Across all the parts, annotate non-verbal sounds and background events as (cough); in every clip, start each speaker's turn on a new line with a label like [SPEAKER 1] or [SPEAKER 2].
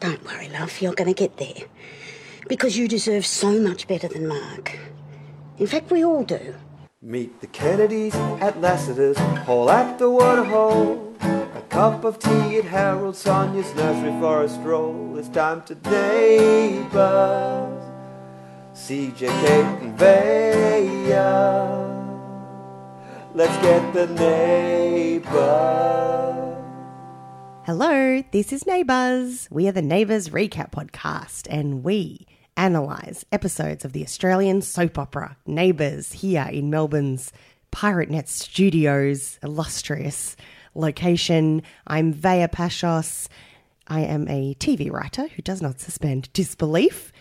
[SPEAKER 1] Don't worry, love. You're going to get there. Because you deserve so much better than Mark. In fact, we all do.
[SPEAKER 2] Meet the Kennedys at Lassiter's, Hall at the Waterhole. A cup of tea at Harold Sonia's nursery for a stroll. It's time to neighbours. CJ, Kate, and Vaya. Let's get the neighbours.
[SPEAKER 3] Hello, this is Neighbours. We are the Neighbours Recap Podcast, and we analyse episodes of the Australian soap opera Neighbours here in Melbourne's Pirate Net Studios, illustrious location. I'm Vaya Pashos. I am a TV writer who does not suspend disbelief.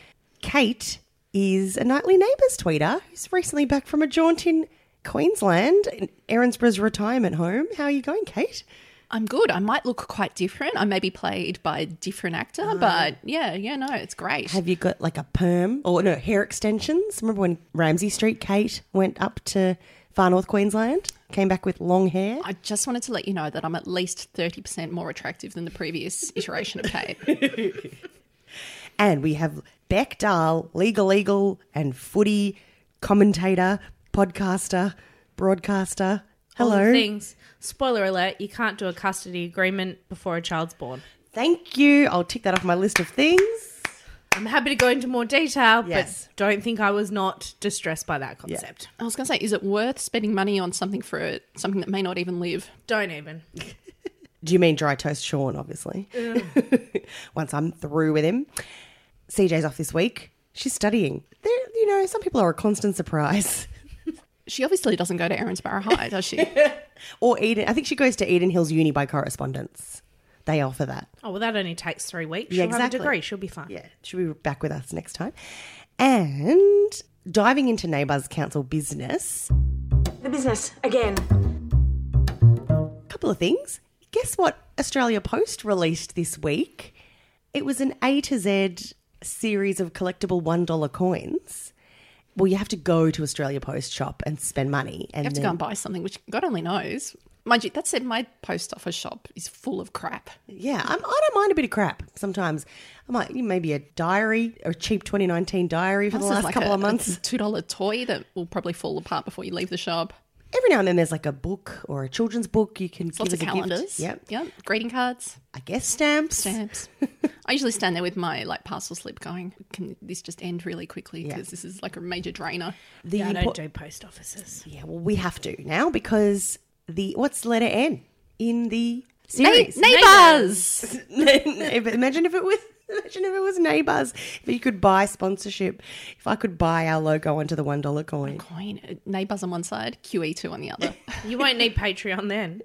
[SPEAKER 3] Kate is a nightly Neighbours tweeter who's recently back from a jaunt in Queensland, in Erinsborough's retirement home. How are you going, Kate?
[SPEAKER 4] I'm good. I might look quite different. I may be played by a different actor, but yeah, yeah, no, it's great.
[SPEAKER 3] Uh-huh. Have you got like a perm or no hair extensions? Remember when Ramsey Street Kate went up to far north Queensland, came back with long hair?
[SPEAKER 4] I just wanted to let you know that I'm at least 30% more attractive than
[SPEAKER 3] (laughs)
[SPEAKER 4] the previous iteration of Kate.
[SPEAKER 3] And we have Beck Dahl, legal eagle and footy commentator, podcaster, broadcaster.
[SPEAKER 5] all the
[SPEAKER 3] Hello.
[SPEAKER 5] Things. Spoiler alert: you can't do a custody agreement before a child's born.
[SPEAKER 3] Thank you. I'll tick that off my list of things.
[SPEAKER 5] I'm happy to go into more detail,
[SPEAKER 3] Yes.
[SPEAKER 5] but don't think I was not distressed by that concept.
[SPEAKER 4] I was going to say, is it worth spending money on something for a, something that may not even live?
[SPEAKER 5] Don't even.
[SPEAKER 3] Do you mean dry toast Sean, obviously? (laughs) Once I'm through with him. CJ's off this week. She's studying. There, you know, some people are a constant surprise.
[SPEAKER 4] She obviously doesn't go to Erinsborough High,
[SPEAKER 3] (laughs)
[SPEAKER 4] does she?
[SPEAKER 3] or Eden. I think she goes to Eden Hills Uni by correspondence. They offer that.
[SPEAKER 5] Oh well, that only takes three weeks.
[SPEAKER 3] Yeah,
[SPEAKER 5] She'll have a
[SPEAKER 3] exactly.
[SPEAKER 5] degree. She'll be fine.
[SPEAKER 3] Yeah, she'll be back with us next time. And diving into Neighbours Council business,
[SPEAKER 6] The business again.
[SPEAKER 3] a couple of things. Guess what Australia Post released this week? It was an A to Z series of collectible $1 coins. Well, you have to go to Australia Post shop and spend money. And
[SPEAKER 4] You have to
[SPEAKER 3] then-
[SPEAKER 4] go and buy something, which God only knows. Mind you, that said, my post office shop is full of crap.
[SPEAKER 3] Yeah, I'm, I don't mind a bit of crap sometimes. I might maybe a diary, a cheap 2019 diary for
[SPEAKER 4] This
[SPEAKER 3] the
[SPEAKER 4] is
[SPEAKER 3] last
[SPEAKER 4] like
[SPEAKER 3] couple
[SPEAKER 4] a-
[SPEAKER 3] of
[SPEAKER 4] (laughs)
[SPEAKER 3] months.
[SPEAKER 4] a $2 toy that will probably fall apart before you leave the shop.
[SPEAKER 3] Every now and then there's like a book or a children's book you can give
[SPEAKER 4] Lots
[SPEAKER 3] as
[SPEAKER 4] of
[SPEAKER 3] a
[SPEAKER 4] calendars.
[SPEAKER 3] gift. Yep.
[SPEAKER 4] Yep. Greeting cards.
[SPEAKER 3] I guess stamps.
[SPEAKER 4] stamps.
[SPEAKER 3] (laughs)
[SPEAKER 4] I usually stand there with my like parcel slip going, can this just end really quickly because this is like a major drainer.
[SPEAKER 3] The
[SPEAKER 5] I
[SPEAKER 3] po-
[SPEAKER 5] don't do post offices.
[SPEAKER 3] yeah, well we have to now because the what's the letter N in the series?
[SPEAKER 4] neighbors.
[SPEAKER 3] (laughs) If- imagine if it was imagine if it was neighbors. If you could buy sponsorship, if I could buy our logo onto the one dollar coin.
[SPEAKER 4] Coin uh, neighbors on one side, QE2 on
[SPEAKER 3] (laughs)
[SPEAKER 4] the other.
[SPEAKER 5] You won't need Patreon then.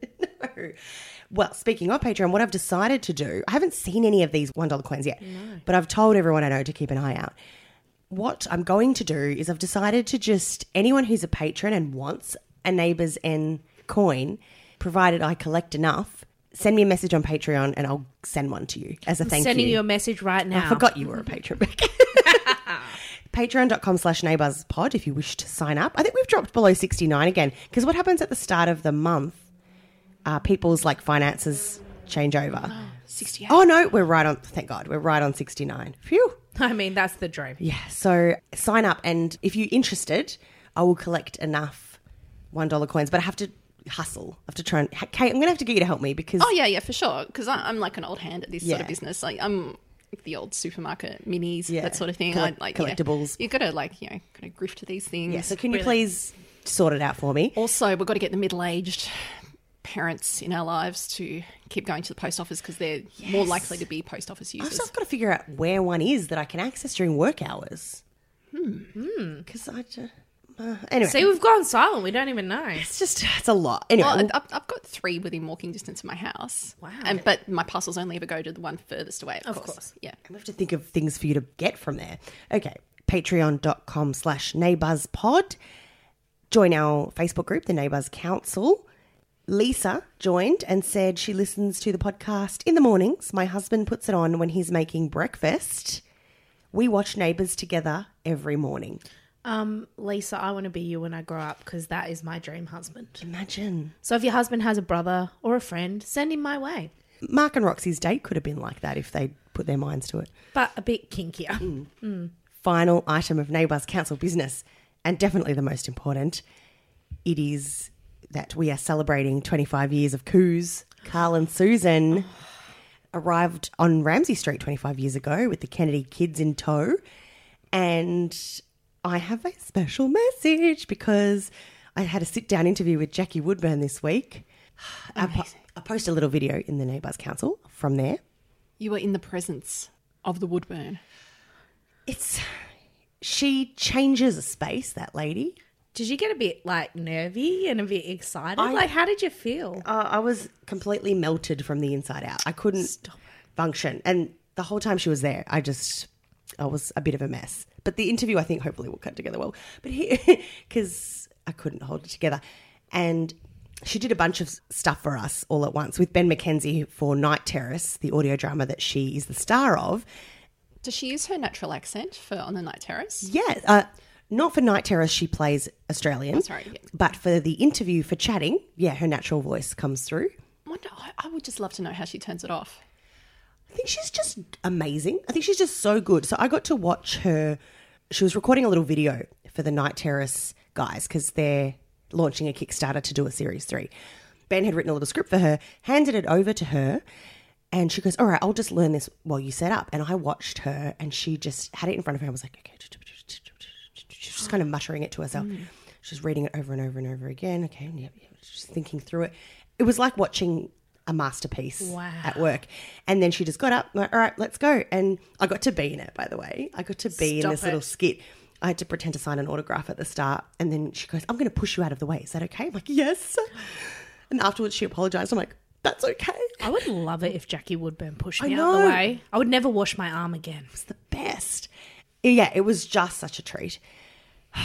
[SPEAKER 3] Well, speaking of Patreon, what I've decided to do, I haven't seen any of these $1 coins yet, but I've told everyone I know to keep an eye out. What I'm going to do is I've decided to just anyone who's a patron and wants a neighbor's N coin, provided I collect enough, send me a message on Patreon and I'll send one to you as a (laughs) thank
[SPEAKER 5] Sending
[SPEAKER 3] you.
[SPEAKER 5] you a message right now.
[SPEAKER 3] I forgot you were a patron.
[SPEAKER 4] (laughs)
[SPEAKER 3] Beck. Patreon.com slash neighbours pod if you wish to sign up. I think we've dropped below 69 again because what happens at the start of the month, uh, people's like finances change
[SPEAKER 4] (gasps)
[SPEAKER 3] over.
[SPEAKER 4] 68.
[SPEAKER 3] Oh no, we're right on, thank God, we're right on 69. Phew.
[SPEAKER 5] (laughs) I mean, that's the dream.
[SPEAKER 3] Yeah, so sign up and if you're interested, I will collect enough $1 coins, but I have to hustle. I have to try and, Kate, I'm going to have to get you to help me because
[SPEAKER 4] Oh, yeah, yeah, for sure. Because I'm like an old hand at this sort
[SPEAKER 3] Yeah.
[SPEAKER 4] of business. Like I'm the old supermarket minis,
[SPEAKER 3] Yeah.
[SPEAKER 4] that sort of thing.
[SPEAKER 3] Collect-
[SPEAKER 4] I, like
[SPEAKER 3] collectibles.
[SPEAKER 4] Yeah, you got to like you know, got to grift these things.
[SPEAKER 3] yeah, so can you please sort it out for me?
[SPEAKER 4] Also, we've got to get the middle-aged parents in our lives to keep going to the post office because they're more likely to be post office
[SPEAKER 3] I've
[SPEAKER 4] users.
[SPEAKER 3] just got to figure out where one is that I can access during work hours. Hmm. Because I just. Uh, anyway,
[SPEAKER 5] See, we've gone silent. We don't even know.
[SPEAKER 3] it's just it's a lot. Anyway,
[SPEAKER 4] Well,
[SPEAKER 3] we'll-
[SPEAKER 4] I've, I've got three within walking distance of my house. Wow. And, but my parcels only ever go to the one furthest away, of, course. Yeah.
[SPEAKER 3] we have to think of things for you to get from there. Okay, patreon.com slash neighbourspod. Join our Facebook group, the Neighbours Council. Lisa joined and said she listens to the podcast in the mornings. My husband puts it on when he's making breakfast. We watch Neighbours together every morning.
[SPEAKER 5] Um, Lisa, I want to be you when I grow up because that is my dream husband.
[SPEAKER 3] Imagine.
[SPEAKER 5] So if your husband has a brother or a friend, send him my way.
[SPEAKER 3] Mark and Roxy's date could have been like that if they'd put their minds to it.
[SPEAKER 5] but a bit kinkier.
[SPEAKER 3] Final item of Neighbours Council business, and definitely the most important, it is that we are celebrating 25 years of coups. Carl and Susan arrived on Ramsey Street 25 years ago with the Kennedy kids in tow. And I have a special message because I had a sit down interview with Jackie Woodburn this week. I, po- I post a little video in the Neighbours Council from there.
[SPEAKER 4] You were in the presence of the Woodburn.
[SPEAKER 3] It's. She changes a space, that lady.
[SPEAKER 5] Did you get a bit like nervy and a bit excited? like, how did you feel?
[SPEAKER 3] Uh, I was completely melted from the inside out. I couldn't function. And the whole time she was there, I just, I was a bit of a mess. But the interview, I think, hopefully will cut together well. But here, (laughs) because I couldn't hold it together. And she did a bunch of s- stuff for us all at once with Ben McKenzie for Night Terrace, the audio drama that she is the star of.
[SPEAKER 4] Does she use her natural accent for On the Night Terrace?
[SPEAKER 3] Yeah. Uh, not for Night Terror, she plays Australian.
[SPEAKER 4] sorry, yeah.
[SPEAKER 3] But for the interview for chatting, yeah, her natural voice comes through.
[SPEAKER 4] I wonder. I, I would just love to know how she turns it off.
[SPEAKER 3] I think she's just amazing. I think she's just so good. So I got to watch her. She was recording a little video for the Night Terrace guys because they're launching a Kickstarter to do a series three. Ben had written a little script for her, handed it over to her, and she goes, All right, I'll just learn this while you set up. And I watched her, and she just had it in front of her and was like, Okay, she's just kind of muttering it to herself. She's reading it over and over and over again. Okay, yep, yep. She's thinking through it. It was like watching a masterpiece at work. And then she just got up, like, all right, let's go. And I got to be in it, by the way. I got to be in this little skit. I had to pretend to sign an autograph at the start. And then she goes, I'm going to push you out of the way. Is that okay? I'm like, yes. And afterwards she apologized. I'm like, that's okay.
[SPEAKER 5] I would love it if Jackie Woodburn pushed
[SPEAKER 3] I
[SPEAKER 5] me out of
[SPEAKER 3] know.
[SPEAKER 5] the way. I would never wash my arm again.
[SPEAKER 3] was the best. Yeah, it was just such a treat. (sighs)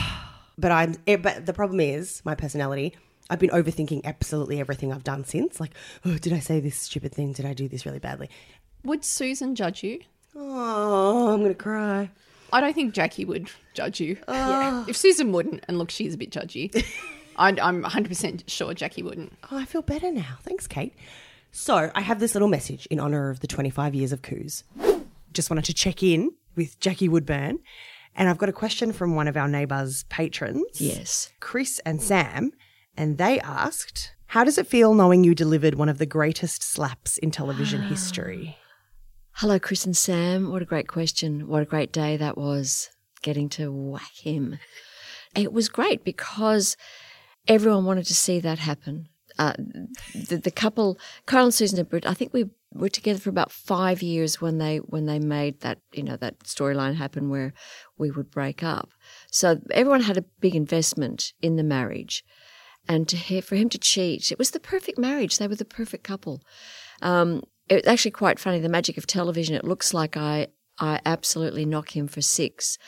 [SPEAKER 3] But I'm. It, but the problem is my personality. I've been overthinking absolutely everything I've done since. Like, oh, did I say this stupid thing? Did I do this really badly?
[SPEAKER 4] Would Susan judge you?
[SPEAKER 3] Oh, I'm gonna cry.
[SPEAKER 4] I don't think Jackie would judge you. If Susan wouldn't, and look, she's a bit judgy. (laughs) I, I'm 100% sure Jackie wouldn't.
[SPEAKER 3] Oh, I feel better now. Thanks, Kate. So I have this little message in honor of the 25 years of coups. Just wanted to check in with Jackie Woodburn, and I've got a question from one of our neighbours' patrons.
[SPEAKER 7] Yes.
[SPEAKER 3] Chris and Sam, and they asked, How does it feel knowing you delivered one of the greatest slaps in television history?
[SPEAKER 7] Hello, Chris and Sam. What a great question. What a great day that was getting to whack him. It was great because everyone wanted to see that happen. Uh, the, the couple, Carl and Susan Britt, I think we were together for about five years when they when they made that you know that storyline happen where we would break up. So everyone had a big investment in the marriage, and to hear, for him to cheat, it was the perfect marriage. They were the perfect couple. Um, it's actually quite funny. The magic of television. It looks like I I absolutely knock him for six,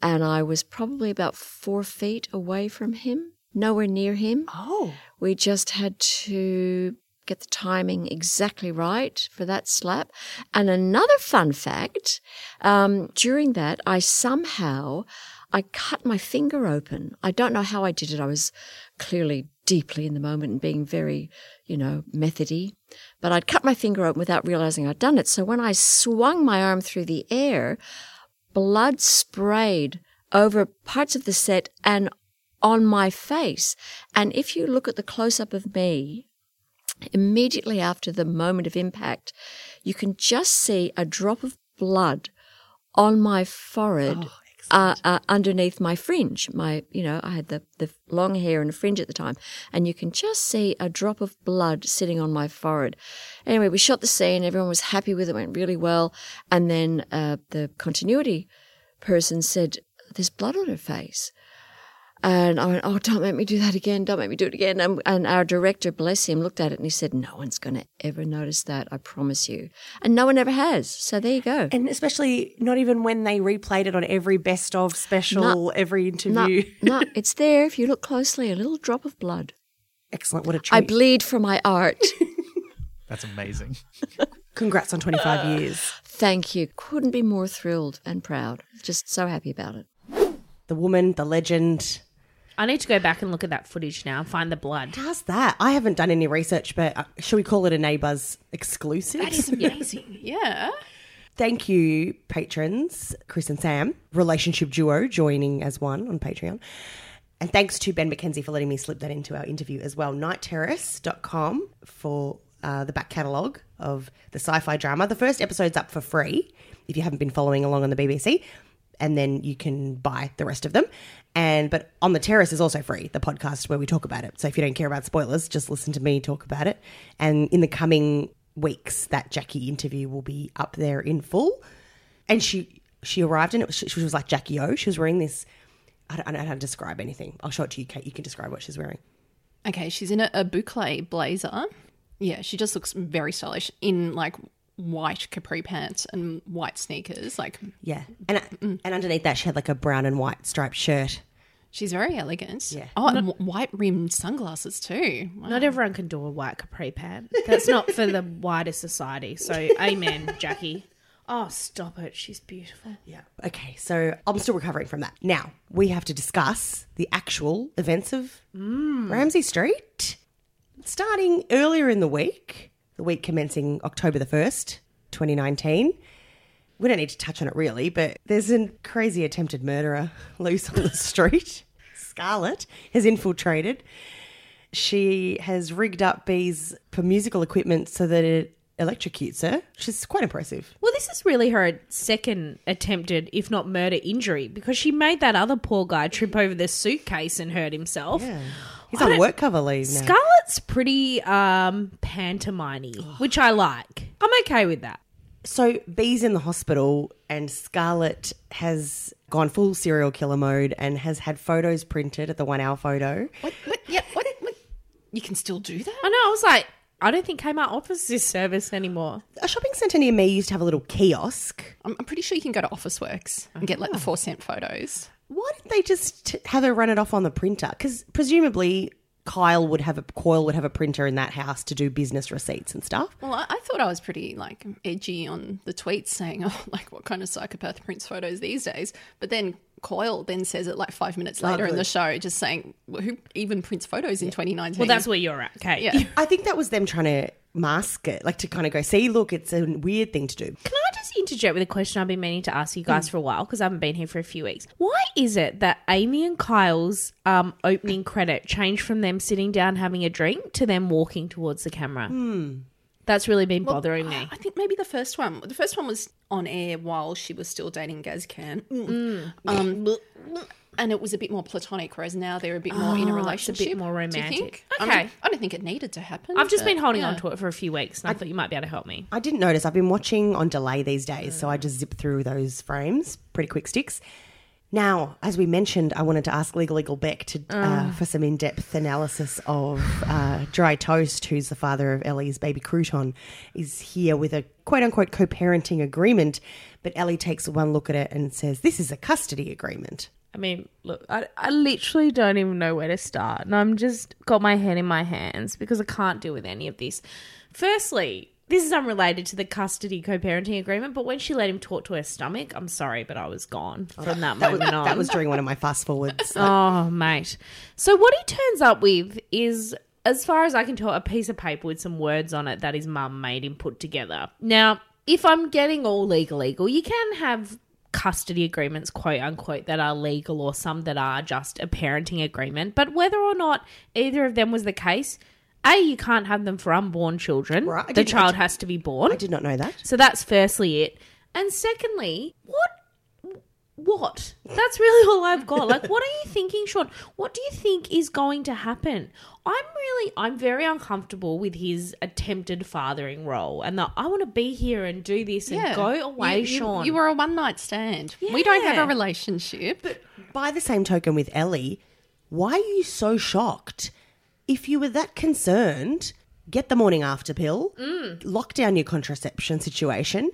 [SPEAKER 7] and I was probably about four feet away from him, nowhere near him.
[SPEAKER 3] Oh,
[SPEAKER 7] We just had to get the timing exactly right for that slap. And another fun fact um, during that, I somehow. I cut my finger open. I don't know how I did it. I was clearly deeply in the moment and being very, you know, methody. But I'd cut my finger open without realizing I'd done it. So when I swung my arm through the air, blood sprayed over parts of the set and on my face. And if you look at the close up of me, immediately after the moment of impact, you can just see a drop of blood on my forehead. uh, uh, underneath my fringe, my you know, I had the the long hair and a fringe at the time, and you can just see a drop of blood sitting on my forehead. Anyway, we shot the scene. Everyone was happy with it. Went really well, and then uh, the continuity person said, "There's blood on her face." And I went, Oh, don't make me do that again. Don't make me do it again. And, and our director, bless him, looked at it and he said, No one's going to ever notice that. I promise you. And no one ever has. So there you go.
[SPEAKER 3] and especially not even when they replayed it on every best of special, every
[SPEAKER 7] No, (laughs)
[SPEAKER 3] interview.
[SPEAKER 7] no, it's there. If you look closely, a little drop of blood.
[SPEAKER 3] Excellent. What a treat.
[SPEAKER 7] I bleed for my art.
[SPEAKER 8] That's amazing.
[SPEAKER 3] Congrats on 25 years.
[SPEAKER 7] Thank you. Couldn't be more thrilled and proud. Just so happy about it.
[SPEAKER 3] The woman, the legend.
[SPEAKER 5] I need to go back and look at that footage now and find the blood.
[SPEAKER 3] How's that? I haven't done (laughs)
[SPEAKER 5] (laughs)
[SPEAKER 3] any research, but uh, should we call it a neighbours exclusive?
[SPEAKER 4] That is amazing. yeah.
[SPEAKER 3] Thank you, patrons, Chris and Sam, relationship duo joining as one on Patreon. And thanks to Ben McKenzie for letting me slip that into our interview as well. Nightterrace.com for uh, the back catalogue of the sci fi drama. The first episode's up for free if you haven't been following along on the BBC. And then you can buy the rest of them. And but on the terrace is also free, the podcast where we talk about it. So if you don't care about spoilers, just listen to me talk about it. And in the coming weeks, that Jackie interview will be up there in full and she she arrived and it was, she, she was like Jackie O. She was wearing this. I don't, I don't know how to describe anything. I'll show it to you, Kate. You can describe what she's wearing.
[SPEAKER 4] Okay, she's in a, a boucle blazer. Yeah, she just looks very stylish in like white capri pants and white sneakers. Like
[SPEAKER 3] Yeah, and and underneath that she had like a brown and white striped shirt.
[SPEAKER 4] she's very elegant.
[SPEAKER 3] Yeah.
[SPEAKER 4] Oh, and wh- white rimmed sunglasses too. Wow.
[SPEAKER 5] Not e- everyone can do a white capri pant. That's not for the wider society. So, amen, (laughs) Jackie. Oh, stop it. She's beautiful.
[SPEAKER 3] Yeah. Okay, so I'm still recovering from that. Now we have to discuss the actual events of Ramsey Street, starting earlier in the week, the week commencing October the first, 2019. We don't need to touch on it really, but there's a crazy attempted murderer (laughs) loose on the street. (laughs) Scarlett has infiltrated. She has rigged up Bee's musical equipment so that it electrocutes her, which is quite impressive.
[SPEAKER 5] Well, this is really her second attempted, if not murder, injury because she made that other poor guy trip over the suitcase and hurt himself.
[SPEAKER 3] He's
[SPEAKER 5] I
[SPEAKER 3] on
[SPEAKER 5] don't-
[SPEAKER 3] work cover leave now.
[SPEAKER 5] Scarlett's pretty um pantomime which I like. I'm okay with that.
[SPEAKER 3] So Bee's in the hospital, and Scarlett has gone full serial killer mode and has had photos printed at the one hour photo.
[SPEAKER 4] What, what, yeah, what, what? You can still do that?
[SPEAKER 5] I know. I was like, I don't think Kmart offers this service anymore.
[SPEAKER 3] A shopping centre near me used to have a little kiosk.
[SPEAKER 4] I'm, I'm pretty sure you can go to Office Works and get like the four cent photos.
[SPEAKER 3] Why didn't they just have her run it off on the printer? Because presumably Kyle would have a Coyle would have a printer in that house to do business receipts and stuff.
[SPEAKER 4] Well, I, I thought I was pretty like edgy on the tweets saying, (laughs) "Oh, like what kind of psychopath prints photos these days?" But then Coyle then says it like five minutes later in the show, just saying, well, "Who even prints photos in 2019?"
[SPEAKER 5] Well, that's where you're at, Kate.
[SPEAKER 4] yeah.
[SPEAKER 3] I think that was them trying to mask it, like to kind of go, see, look, it's a weird thing to do.
[SPEAKER 5] Can I just interject with a question I've been meaning to ask you guys for a while because I haven't been here for a few weeks? Why is it that Amy and Kyle's um, opening credit changed from them sitting down having a drink to them walking towards the camera? Hmm. That's really been bothering me.
[SPEAKER 4] I think maybe the first one. The first one was on air while she was still dating
[SPEAKER 5] Mm.
[SPEAKER 4] Gazcan, Mm. um, and it was a bit more platonic. Whereas now they're a bit more in a
[SPEAKER 5] Ah, it's a
[SPEAKER 4] relationship,
[SPEAKER 5] bit more
[SPEAKER 4] do you think?
[SPEAKER 5] romantic.
[SPEAKER 4] I mean,
[SPEAKER 5] Okay.
[SPEAKER 4] I don't think it needed to happen.
[SPEAKER 5] I've just
[SPEAKER 4] but
[SPEAKER 5] been holding
[SPEAKER 4] yeah.
[SPEAKER 5] on to it for a few weeks, and I, thought you might be able to help me.
[SPEAKER 3] I didn't notice. I've been watching on delay these days, so I just zip through those frames, pretty quick sticks. Now, as we mentioned, I wanted to ask Legal Eagle Beck to, uh, for some in depth analysis of uh, Dry Toast, who's the father of Ellie's baby crouton, is here with a quote unquote co parenting agreement. But Ellie takes one look at it and says, This is a custody agreement.
[SPEAKER 5] I mean, look, I, I literally don't even know where to start. And I'm just got my head in my hands because I can't deal with any of this. Firstly, this is unrelated to the custody co parenting agreement, but when she let him talk to her stomach, I'm sorry, but I was gone from that,
[SPEAKER 3] That was,
[SPEAKER 5] moment on.
[SPEAKER 3] that was during one of my fast forwards.
[SPEAKER 5] Oh, mate. So what he turns up with is, as far as I can tell, a piece of paper with some words on it that his mum made him put together. Now, if I'm getting all legal, legal, you can have custody agreements, quote unquote, that are legal or some that are just a parenting agreement. But whether or not either of them was the case, A, you can't have them for unborn children.
[SPEAKER 3] Right, I
[SPEAKER 5] The
[SPEAKER 3] didn't-
[SPEAKER 5] child has to be born.
[SPEAKER 3] I did not know that.
[SPEAKER 5] So that's firstly it. And secondly, what what? That's really all I've got. Like what are you thinking, Sean? What do you think is going to happen? I'm really I'm very uncomfortable with his attempted fathering role and that I want to be here and do this and
[SPEAKER 4] Yeah.
[SPEAKER 5] go away,
[SPEAKER 4] You- you-
[SPEAKER 5] Sean.
[SPEAKER 4] You were a one night stand. We don't have
[SPEAKER 5] Yeah.
[SPEAKER 4] a relationship.
[SPEAKER 3] By the same token, with Ellie, why are you so shocked? If you were that concerned, get the morning after pill,
[SPEAKER 4] Mm.
[SPEAKER 3] lock down your contraception situation.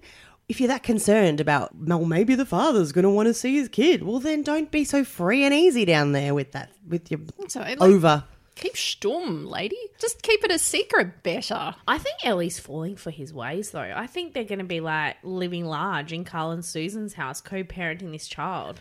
[SPEAKER 3] If you're that concerned about, well, maybe the father's going to want to see his kid, well, then don't be so free and easy down there with that, with your
[SPEAKER 4] So, like,
[SPEAKER 3] over.
[SPEAKER 4] Keep stum, lady. Just keep it a secret better.
[SPEAKER 5] I think Ellie's falling for his ways though. I think they're gonna be like living large in Carl and Susan's house, co parenting this child.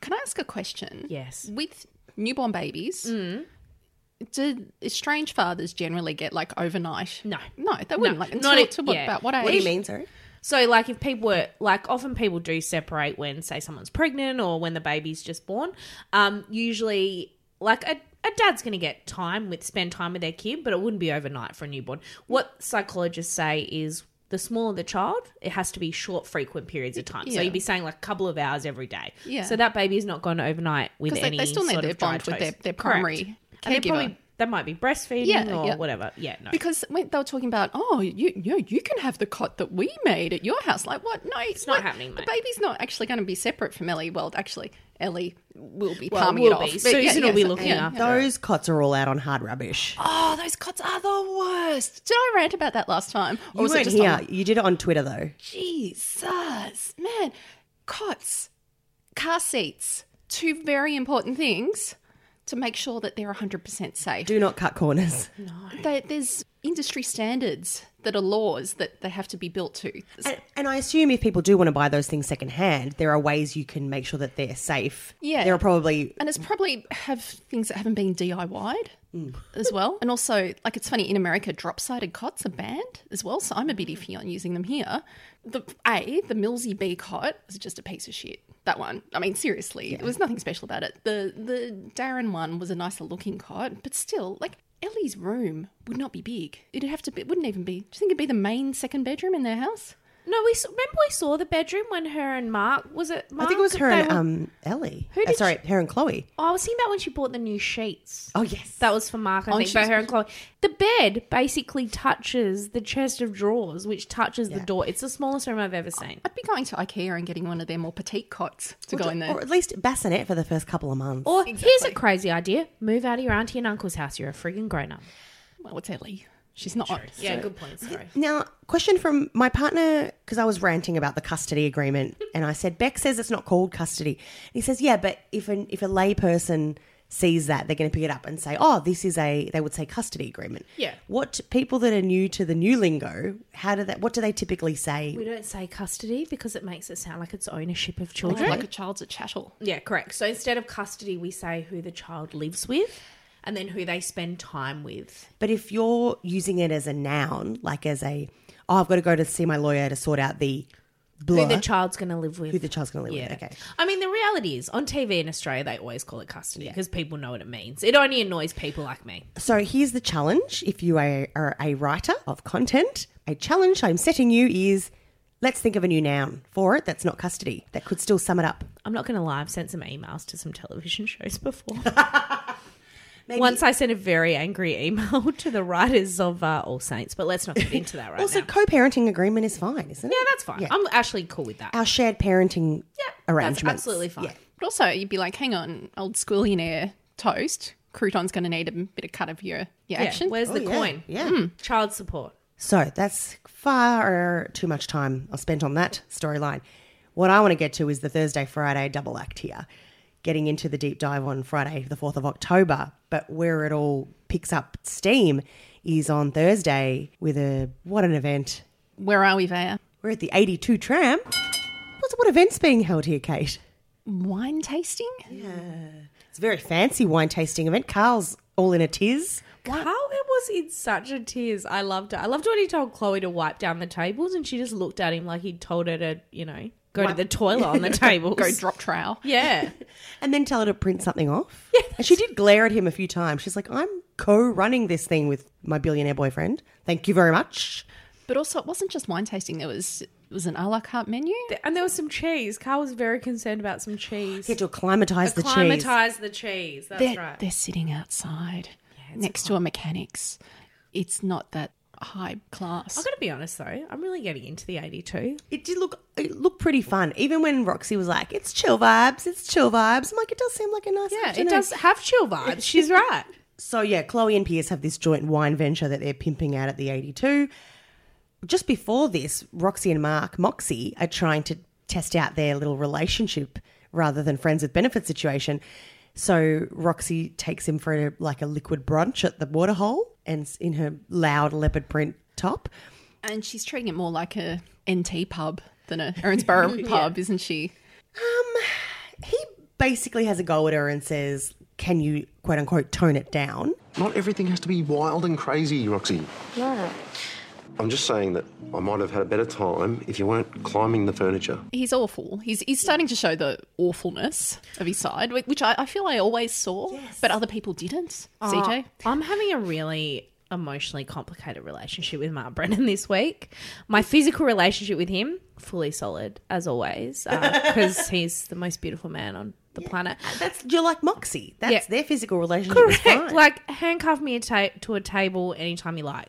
[SPEAKER 4] Can I ask a question?
[SPEAKER 5] Yes. Mm.
[SPEAKER 4] With newborn babies, do estranged fathers generally get like overnight?
[SPEAKER 5] No.
[SPEAKER 4] No, they wouldn't.
[SPEAKER 5] No,
[SPEAKER 4] Like
[SPEAKER 5] not
[SPEAKER 4] until
[SPEAKER 5] it-
[SPEAKER 4] to what,
[SPEAKER 5] yeah.
[SPEAKER 4] about what age?
[SPEAKER 3] What do you mean, sorry?
[SPEAKER 5] So, like, if people were, like, often people do separate when, say, someone's pregnant or when the baby's just born. Um, usually, like, a, a dad's going to get time with, spend time with their kid, but it wouldn't be overnight for a newborn. What psychologists say is the smaller the child, it has to be short, frequent periods of time. So
[SPEAKER 4] Yeah.
[SPEAKER 5] you'd be saying like a couple of hours every day.
[SPEAKER 4] Yeah.
[SPEAKER 5] So that baby is not gone overnight with
[SPEAKER 4] Because they-
[SPEAKER 5] any.
[SPEAKER 4] they still need
[SPEAKER 5] sort
[SPEAKER 4] their
[SPEAKER 5] of dry
[SPEAKER 4] bond with
[SPEAKER 5] toast.
[SPEAKER 4] their- their
[SPEAKER 5] Correct.
[SPEAKER 4] primary
[SPEAKER 5] And they're
[SPEAKER 4] caregiver.
[SPEAKER 5] probably that might be breastfeeding
[SPEAKER 4] Yeah,
[SPEAKER 5] or
[SPEAKER 4] yeah.
[SPEAKER 5] whatever. Yeah, no.
[SPEAKER 4] Because when they were talking about, oh, you you, know, you can have the cot that we made at your house. Like, what? No, it's
[SPEAKER 5] not happening,
[SPEAKER 4] The
[SPEAKER 5] mate.
[SPEAKER 4] baby's not actually going to be separate from Ellie. Well, actually, Ellie will be
[SPEAKER 5] Well,
[SPEAKER 4] palming
[SPEAKER 5] will
[SPEAKER 4] it off.
[SPEAKER 5] be.
[SPEAKER 4] But
[SPEAKER 5] Susan will be looking after
[SPEAKER 3] Those cots are all out on hard rubbish.
[SPEAKER 4] Oh, those cots are the worst. Did I rant about that last time? Or
[SPEAKER 3] you
[SPEAKER 4] was
[SPEAKER 3] weren't
[SPEAKER 4] it just
[SPEAKER 3] here.
[SPEAKER 4] on-
[SPEAKER 3] You did it on Twitter though.
[SPEAKER 4] Jesus, man, cots, car seats, two very important things to make sure that they're 100% safe.
[SPEAKER 3] Do not cut corners.
[SPEAKER 4] They, there's industry standards that are laws that they have to be built to.
[SPEAKER 3] And, and I assume if people do want to buy those things secondhand, there are ways you can make sure that they're safe.
[SPEAKER 4] Yeah.
[SPEAKER 3] There are probably
[SPEAKER 4] and it's probably have things that haven't been DIY'd as well. And also, like it's funny in America, drop-sided cots are banned as well. So I'm a bit iffy on using them here. The A, the Millsy B cot is just a piece of shit. That one, I mean, seriously, there was nothing special about it. The the Darren one was a nicer looking cot, but still, like Ellie's room would not be big. It'd have to be, it wouldn't even be. Do you think it'd be the main second bedroom in their house?
[SPEAKER 5] No, we s- remember we saw the bedroom when her and Mark was it. Mark?
[SPEAKER 3] I think it was her
[SPEAKER 5] They
[SPEAKER 3] and
[SPEAKER 5] were-
[SPEAKER 3] um, Ellie.
[SPEAKER 5] Who
[SPEAKER 3] Uh,
[SPEAKER 5] did
[SPEAKER 3] sorry, her and Chloe.
[SPEAKER 5] Oh, I was thinking about when she bought the new sheets.
[SPEAKER 3] Oh yes.
[SPEAKER 5] That was for Mark, I
[SPEAKER 4] Oh,
[SPEAKER 5] think,
[SPEAKER 4] she
[SPEAKER 5] by
[SPEAKER 4] was-
[SPEAKER 5] her and Chloe. The bed basically touches the chest of drawers, which touches the door. It's the smallest room I've ever seen.
[SPEAKER 4] I'd be going to IKEA and getting one of their more petite cots to go in there.
[SPEAKER 3] Or at least bassinet for the first couple of months.
[SPEAKER 5] Or here's a crazy idea: move out of your auntie and uncle's house. You're a friggin' grown up.
[SPEAKER 4] well, it's Ellie. She's not.
[SPEAKER 5] Yeah, good point. Sorry.
[SPEAKER 3] now, question from my partner because I was ranting about the custody agreement, and I said Beck says it's not called custody. He says, yeah, but if an if a lay person sees that, they're going to pick it up and say, oh, this is a they would say custody agreement.
[SPEAKER 5] Yeah.
[SPEAKER 3] What people that are new to the new lingo, how do that? What do they typically say?
[SPEAKER 5] We don't say custody because it makes it sound like it's ownership of children.
[SPEAKER 4] Like a child's a chattel.
[SPEAKER 5] yeah, correct. So instead of custody, we say who the child lives with, and then who they spend time with.
[SPEAKER 3] But if you're using it as a noun, like as a, oh, I've got to go to see my lawyer to sort out the blur,
[SPEAKER 5] Who the child's going to live with.
[SPEAKER 3] who the child's going to live
[SPEAKER 5] Yeah.
[SPEAKER 3] with. Okay.
[SPEAKER 5] I mean, the reality is on TV in Australia, they always call it custody because people know what it means. It only annoys people like me.
[SPEAKER 3] So here's the challenge. If you are, are a writer of content, a challenge I'm setting you is let's think of a new noun for it that's not custody, that could still sum it up.
[SPEAKER 5] I'm not going to lie, I've sent some emails to some television shows
[SPEAKER 3] (laughs)
[SPEAKER 5] before. Once I sent a very angry email (laughs) to the writers of uh, All Saints, but let's not get into that right
[SPEAKER 3] also,
[SPEAKER 5] now.
[SPEAKER 3] co parenting agreement is fine, isn't it?
[SPEAKER 5] Yeah, that's fine. I'm actually cool with that.
[SPEAKER 3] Our shared parenting
[SPEAKER 5] That's
[SPEAKER 3] arrangements.
[SPEAKER 5] absolutely fine.
[SPEAKER 4] But also, you'd be like, hang on, old squillionaire toast. Crouton's going to need a bit of cut of your, your
[SPEAKER 5] Yeah,
[SPEAKER 4] action.
[SPEAKER 5] Where's the
[SPEAKER 3] Oh, yeah,
[SPEAKER 5] coin?
[SPEAKER 3] yeah.
[SPEAKER 5] Child support.
[SPEAKER 3] So that's far too much time I spent on that storyline. What I want to get to is the Thursday, Friday double act here, getting into the deep dive on Friday, the 4th of October. But where it all picks up steam is on Thursday with a what an event.
[SPEAKER 4] Where are we, Vaya?
[SPEAKER 3] We're at the 82 tram. What's, what event's being held here, Kate?
[SPEAKER 4] Wine tasting?
[SPEAKER 3] It's a very fancy wine tasting event. Carl's all in a tiz.
[SPEAKER 5] How it was in such a tears. I loved it. I loved when he told Chloe to wipe down the tables and she just looked at him like he'd told her to, you know, go to the
[SPEAKER 3] (laughs)
[SPEAKER 5] toilet on the tables.
[SPEAKER 4] Go drop trowel.
[SPEAKER 5] Yeah.
[SPEAKER 3] And then tell her to print something
[SPEAKER 5] (laughs)
[SPEAKER 3] off. Yeah. And she did glare at him a few times. She's like, I'm co running this thing with my billionaire boyfriend. Thank you very much.
[SPEAKER 4] But also, it wasn't just wine tasting. There was it was an a la carte menu.
[SPEAKER 5] and there was some cheese. Carl was very concerned about some cheese.
[SPEAKER 3] You had to acclimatise the cheese.
[SPEAKER 5] Acclimatize the cheese. That's
[SPEAKER 4] They're,
[SPEAKER 5] right.
[SPEAKER 4] they're sitting outside next to a mechanic's. It's not that high class.
[SPEAKER 5] I've got to be honest though, I'm really getting into the 82.
[SPEAKER 3] It did look it looked pretty fun. Even when Roxy was like, It's chill vibes, it's chill vibes. I'm like, it does seem like a nice
[SPEAKER 5] Yeah, it
[SPEAKER 3] afternoon."
[SPEAKER 5] does have chill
[SPEAKER 3] (laughs)
[SPEAKER 5] vibes. She's right.
[SPEAKER 3] So yeah, Chloe and Pierce have this joint wine venture that they're pimping out at the 82. Just before this, Roxy and Mark Moxie are trying to test out their little relationship rather than friends with benefit situation. So Roxy takes him for a, like a liquid brunch at the waterhole and s- in her loud leopard print top.
[SPEAKER 4] and she's treating it more like a NT pub than a Erinsborough
[SPEAKER 5] (laughs)
[SPEAKER 4] pub, isn't she?
[SPEAKER 3] He basically has a go at her and says, "Can you quote unquote tone it down?"
[SPEAKER 9] Not everything has to be wild and crazy, Roxy.
[SPEAKER 7] No, no.
[SPEAKER 9] I'm just saying that I might have had a better time if you weren't climbing the furniture.
[SPEAKER 4] He's awful. He's he's starting to show the awfulness of his side, wh- which I, I feel I always saw, but other people didn't.
[SPEAKER 5] Ah,
[SPEAKER 4] CJ,
[SPEAKER 5] I'm having a really emotionally complicated relationship with Mark Brennan this week. My physical relationship with him, fully solid as always, (laughs) because he's the most beautiful man on the planet.
[SPEAKER 3] That's you're like Moxie. That's
[SPEAKER 5] Yeah.
[SPEAKER 3] their physical relationship. is
[SPEAKER 5] (laughs) Correct.
[SPEAKER 3] fine.
[SPEAKER 5] Like handcuff me a ta- to a table anytime you like.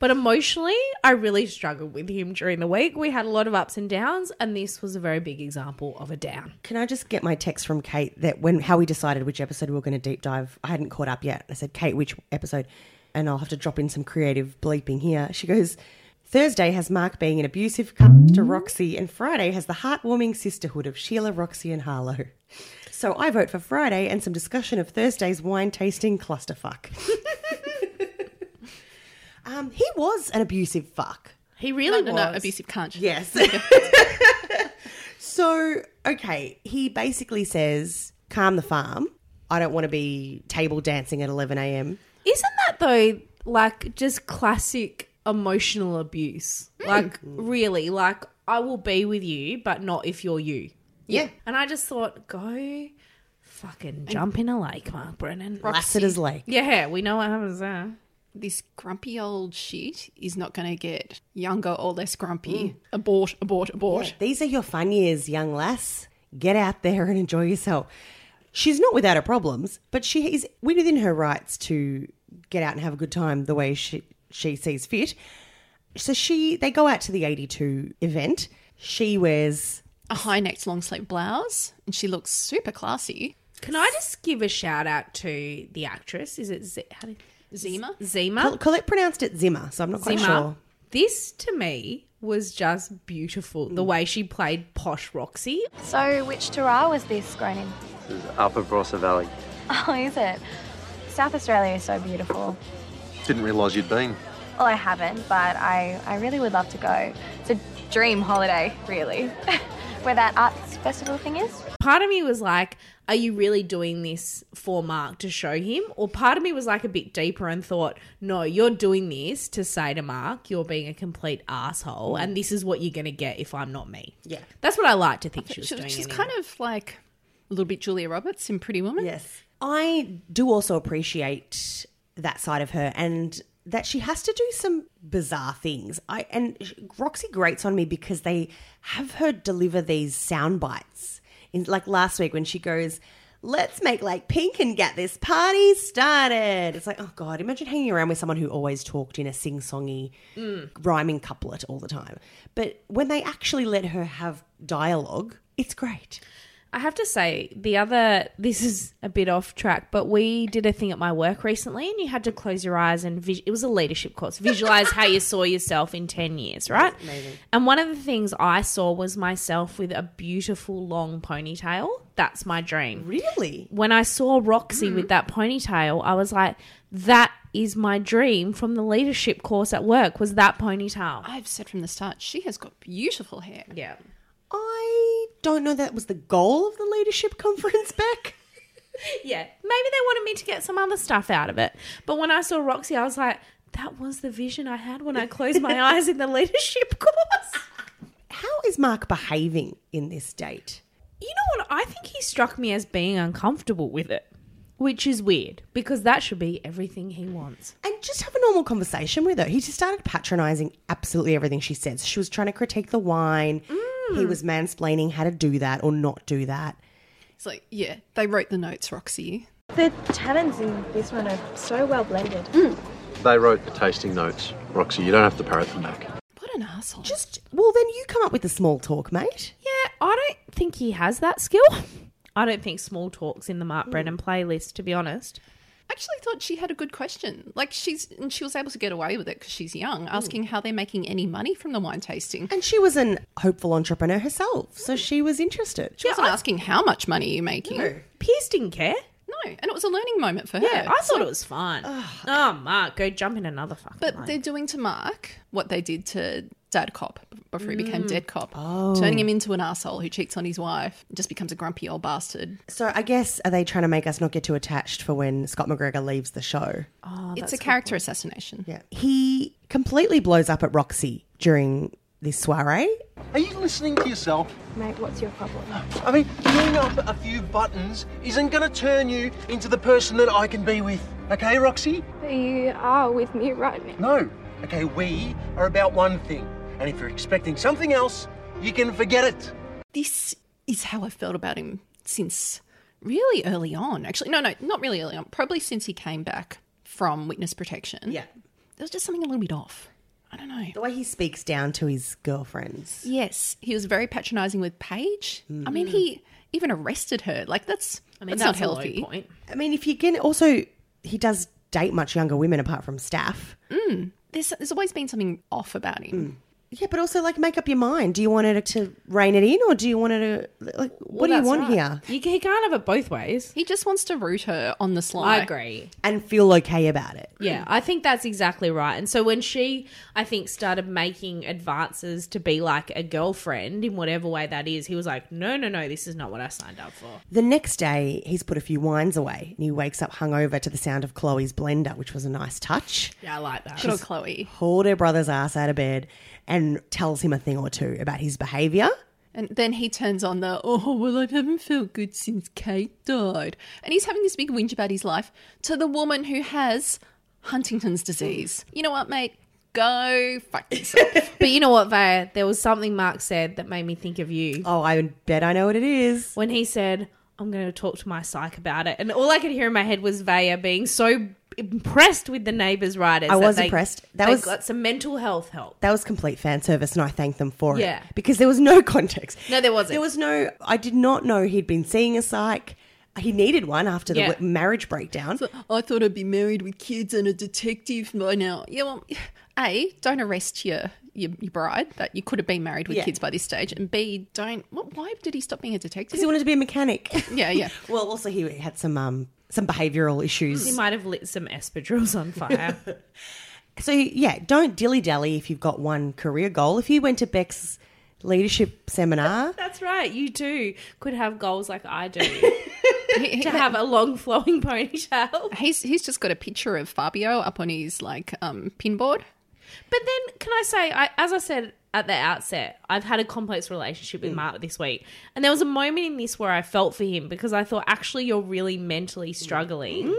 [SPEAKER 5] But emotionally, I really struggled with him during the week. We had a lot of ups and downs, and this was a very big example of a down.
[SPEAKER 3] Can I just get my text from Kate that when how we decided which episode we were going to deep dive? I hadn't caught up yet. I said, Kate, which episode? And I'll have to drop in some creative bleeping here. She goes, Thursday has Mark being an abusive cunt to Roxy, and Friday has the heartwarming sisterhood of Sheila, Roxy, and Harlow. So I vote for Friday and some discussion of Thursday's wine tasting clusterfuck. (laughs) um, he was an abusive fuck.
[SPEAKER 5] He really
[SPEAKER 4] no,
[SPEAKER 5] was
[SPEAKER 4] no, abusive cunt.
[SPEAKER 3] Yes. so, okay, he basically says, calm the farm. I don't want to be table dancing at 11 a.m.
[SPEAKER 5] Isn't that though like just classic emotional abuse? Like really, like I will be with you, but not if you're you.
[SPEAKER 3] Yeah.
[SPEAKER 5] And I just thought, go fucking jump in a lake, Mark Brennan.
[SPEAKER 3] Lassiter's Lake.
[SPEAKER 5] Yeah, we know what happens there.
[SPEAKER 4] This grumpy old shit is not going to get younger or less grumpy.
[SPEAKER 5] Mm.
[SPEAKER 4] Abort, abort, abort.
[SPEAKER 3] These are your fun years, young lass. Get out there and enjoy yourself. She's not without her problems, but she is within her rights to get out and have a good time the way she, she sees fit. So she they go out to the 82 event. She wears
[SPEAKER 4] A high necked long sleeve blouse, and she looks super classy.
[SPEAKER 5] Can I just give a shout out to the actress? Is it Z- how do
[SPEAKER 4] Zima.
[SPEAKER 5] Zima?
[SPEAKER 3] Colette pronounced it Zimmer, so I'm not quite
[SPEAKER 5] Zima.
[SPEAKER 3] sure.
[SPEAKER 5] This to me was just beautiful. The way she played posh Roxy.
[SPEAKER 10] So, which Tara was this grown in?
[SPEAKER 2] This is Upper Barossa Valley.
[SPEAKER 10] (laughs) Oh, is it? South Australia is so beautiful.
[SPEAKER 9] Didn't realise you'd been.
[SPEAKER 10] Well, I haven't, but I, I really would love to go. It's a dream holiday, really. (laughs) Where that arts festival thing is?
[SPEAKER 5] part of me was like, are you really doing this for Mark to show him? Or part of me was like a bit deeper and thought, no, you're doing this to say to Mark, you're being a complete asshole, and this is what you're going to get if I'm not me. Yeah. That's what I like to
[SPEAKER 4] (laughs)
[SPEAKER 5] think she was
[SPEAKER 4] She-
[SPEAKER 5] doing.
[SPEAKER 4] she's
[SPEAKER 5] anyway.
[SPEAKER 4] kind of like a little bit Julia Roberts in Pretty Woman.
[SPEAKER 3] Yes. I do also appreciate that side of her and that she has to do some bizarre things. I and sh- Roxy grates on me because they have her deliver these sound bites. In, like last week when she goes, "Let's make like pink and get this party started." It's like, "Oh god, imagine hanging around with someone who always talked in a sing-songy rhyming couplet all the time." But when they actually let her have dialogue, it's great.
[SPEAKER 5] I have to say, the other, (laughs) this is a bit off track, but we did a thing at my work recently, and you had to close your eyes and vis- it was a leadership course. Visualize how you saw yourself in 10 years, right? And one of the things I saw was myself with a beautiful long ponytail. That's my dream.
[SPEAKER 3] Really?
[SPEAKER 5] When I saw Roxy with that ponytail, I was like, that is my dream from the leadership course at work was that ponytail.
[SPEAKER 4] I've said from the start, she has got beautiful hair.
[SPEAKER 5] Yeah.
[SPEAKER 3] I don't know that was the goal of the leadership (laughs) conference, Beck.
[SPEAKER 5] Yeah. Maybe they wanted me to get some other stuff out of it. But when I saw Roxy, I was like, that was the vision I had when I
[SPEAKER 4] (laughs)
[SPEAKER 5] closed my eyes in the leadership (laughs) course.
[SPEAKER 3] How is Mark behaving in this date?
[SPEAKER 5] You know what? I think he struck me as being uncomfortable with it, which is weird because that should be everything he wants.
[SPEAKER 3] And just have a normal conversation with her. He just started patronizing absolutely everything she said. So she was trying to critique the wine. He was mansplaining how to do that or not do that.
[SPEAKER 4] It's like, yeah, they wrote the notes, Roxy.
[SPEAKER 10] The tannins in this one are so well blended.
[SPEAKER 9] They wrote the tasting notes. Roxy, you don't have to parrot them back.
[SPEAKER 4] What an asshole.
[SPEAKER 3] Just, well, then you come up with the small talk, mate.
[SPEAKER 5] Yeah, I don't think he has that skill. (laughs) I don't think small talks in the
[SPEAKER 4] Hmm.
[SPEAKER 5] Mark Brennan playlist, to be honest.
[SPEAKER 4] actually thought she had a good question. Like she's and she was able to get away with it because she's young, asking how they're making any money from the wine tasting.
[SPEAKER 3] And she was an hopeful entrepreneur herself. So she was interested.
[SPEAKER 4] She wasn't asking how much money are you making. No.
[SPEAKER 5] Pierce didn't care.
[SPEAKER 4] and it was a learning moment for her.
[SPEAKER 5] Yeah, I thought it was fun. Oh, Mark, go jump in another fucking
[SPEAKER 4] but
[SPEAKER 5] lake.
[SPEAKER 4] they're doing to Mark what they did to Dad Cop before he became Dead Cop, turning him into an asshole who cheats on his wife, and just becomes a grumpy old bastard.
[SPEAKER 3] So I guess, are they trying to make us not get too attached for when Scott McGregor leaves the show?
[SPEAKER 4] it's a character assassination.
[SPEAKER 3] Yeah. He completely blows up at Roxy during this soiree.
[SPEAKER 11] Are you listening to yourself?
[SPEAKER 10] Mate, what's your problem?
[SPEAKER 11] I mean, doing up a few buttons isn't going to turn you into the person that I can be with. Okay, Roxy?
[SPEAKER 10] You are with me right now.
[SPEAKER 11] No. Okay, we are about one thing. And if you're expecting something else, you can forget it.
[SPEAKER 4] This is how I felt about him since really early on, actually. No, no, not really early on. Probably since he came back from witness protection.
[SPEAKER 3] Yeah.
[SPEAKER 4] There was just something a little bit off. I don't know.
[SPEAKER 3] The way he speaks down to his girlfriends.
[SPEAKER 4] Yes, he was very patronizing with Paige. I mean, he even arrested her. Like that's I mean, that's, not healthy.
[SPEAKER 5] point.
[SPEAKER 3] I mean, if you can also, he does date much younger women apart from staff.
[SPEAKER 4] There's there's always been something off about him.
[SPEAKER 3] Yeah, but also like make up your mind. Do you want her to rein it in or do you want her to, like, what do you want here?
[SPEAKER 5] You, ca- you can't have it both ways.
[SPEAKER 4] He just wants to root her on the
[SPEAKER 5] I
[SPEAKER 4] slide.
[SPEAKER 5] agree.
[SPEAKER 3] And feel okay about it.
[SPEAKER 5] Yeah, I think that's exactly right. And so when she, I think, started making advances to be like a girlfriend in whatever way that is, he was like, no, no, no, this is not what I signed up for.
[SPEAKER 3] The next day, he's put a few wines away and he wakes up hungover to the sound of Chloe's blender, which was a nice touch.
[SPEAKER 5] Yeah, I like that.
[SPEAKER 4] Good old Chloe.
[SPEAKER 3] Pulled her brother's ass out of bed and tells him a thing or two about his behaviour.
[SPEAKER 4] And then he turns on the, oh, well, I haven't felt good since Kate died. And he's having this big whinge about his life to the woman who has Huntington's disease. You know what, mate? Go fuck yourself.
[SPEAKER 5] (laughs) But you know what, Vaya? There was something Mark said that made me think of you.
[SPEAKER 3] Oh, I bet I know what it is.
[SPEAKER 5] when he said, I'm going to talk to my psych about it. And all I could hear in my head was Vaya being so impressed with the neighbors' writers.
[SPEAKER 3] I
[SPEAKER 5] that
[SPEAKER 3] was
[SPEAKER 5] they-
[SPEAKER 3] impressed. That
[SPEAKER 5] they
[SPEAKER 3] was-
[SPEAKER 5] got some mental health help.
[SPEAKER 3] That was complete fan service, and I thank them for
[SPEAKER 5] Yeah.
[SPEAKER 3] it. Because there was no (laughs) context.
[SPEAKER 5] No, there wasn't.
[SPEAKER 3] There was no, I did not know he'd been seeing a psych. He needed one after the
[SPEAKER 5] Yeah.
[SPEAKER 3] w- marriage breakdown.
[SPEAKER 4] I thought I'd be married with kids and a detective by now. Yeah, well, A, don't arrest your, your, your bride that you could have been married with
[SPEAKER 3] Yeah.
[SPEAKER 4] kids by this stage. And B, don't. What, why did he stop being a detective?
[SPEAKER 3] Because he wanted to be a mechanic. (laughs)
[SPEAKER 4] yeah, yeah.
[SPEAKER 3] well, also, he had some, um, some behavioural issues.
[SPEAKER 5] He might have lit some espadrilles
[SPEAKER 3] (laughs)
[SPEAKER 5] on fire.
[SPEAKER 3] So yeah, don't dilly dally if you've got one career goal. If you went to Beck's leadership seminar,
[SPEAKER 5] That's right. You too could have goals like
[SPEAKER 3] (laughs)
[SPEAKER 5] I do to have a long flowing
[SPEAKER 3] (laughs)
[SPEAKER 5] ponytail.
[SPEAKER 4] He's, he's just got a picture of Fabio up on his like um, pinboard.
[SPEAKER 5] But then, can I say, I, as I said at the outset, I've had a complex relationship
[SPEAKER 3] Mm.
[SPEAKER 5] with Mark this week. And there was a moment in this where I felt for him because I thought, actually, you're really mentally
[SPEAKER 3] Mm.
[SPEAKER 5] struggling.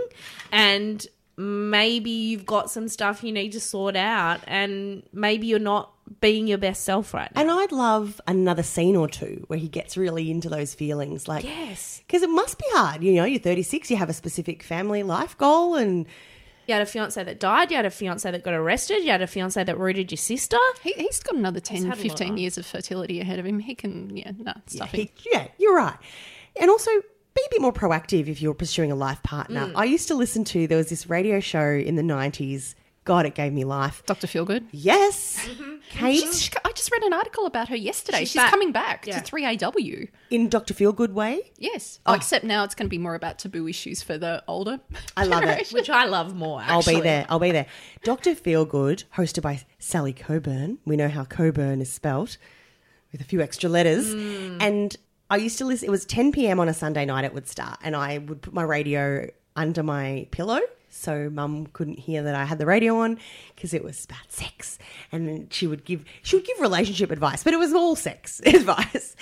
[SPEAKER 5] And maybe you've got some stuff you need to sort out. And maybe you're not being your best self right now.
[SPEAKER 3] and I'd love another scene or two where he gets really into those feelings, like
[SPEAKER 5] Yes.
[SPEAKER 3] because it must be hard. You know, you're 36, you have a specific family life goal, and
[SPEAKER 5] You had a fiance that died. You had a fiance that got arrested. You had a fiance that rooted your sister.
[SPEAKER 4] He, he's got another 10,
[SPEAKER 5] had a lot
[SPEAKER 4] 15
[SPEAKER 5] on.
[SPEAKER 4] years of fertility ahead of him. He can, yeah, nah, stuff it.
[SPEAKER 3] he- yeah, you're right. And also be a bit more proactive if you're pursuing a life
[SPEAKER 5] Mm.
[SPEAKER 3] partner. I used to listen to there was this radio show in the 90s. God, it gave me life.
[SPEAKER 4] Dr. Feelgood.
[SPEAKER 3] Yes,
[SPEAKER 5] Mm-hmm.
[SPEAKER 3] Kate.
[SPEAKER 4] She's, she- I just read an article about her yesterday. She's,
[SPEAKER 5] She's back.
[SPEAKER 4] coming back
[SPEAKER 5] Yeah.
[SPEAKER 4] to 3AW.
[SPEAKER 3] in Dr. Feelgood way.
[SPEAKER 4] Yes. Except now it's going to be more about taboo issues for the older.
[SPEAKER 3] I love it.
[SPEAKER 5] (laughs)
[SPEAKER 4] generation.
[SPEAKER 5] Which I love more.
[SPEAKER 3] I'll
[SPEAKER 5] actually.
[SPEAKER 3] be there. I'll be there. Dr. Feelgood, hosted by Sally Coburn. We know how Coburn is spelt with a few extra letters. And I used to listen, it was 10 p.m. on a Sunday night, it would start. And I would put my radio under my pillow so mum couldn't hear that I had the radio on because it was about sex. And then she would give, she would give relationship advice, but it was all sex (laughs) advice.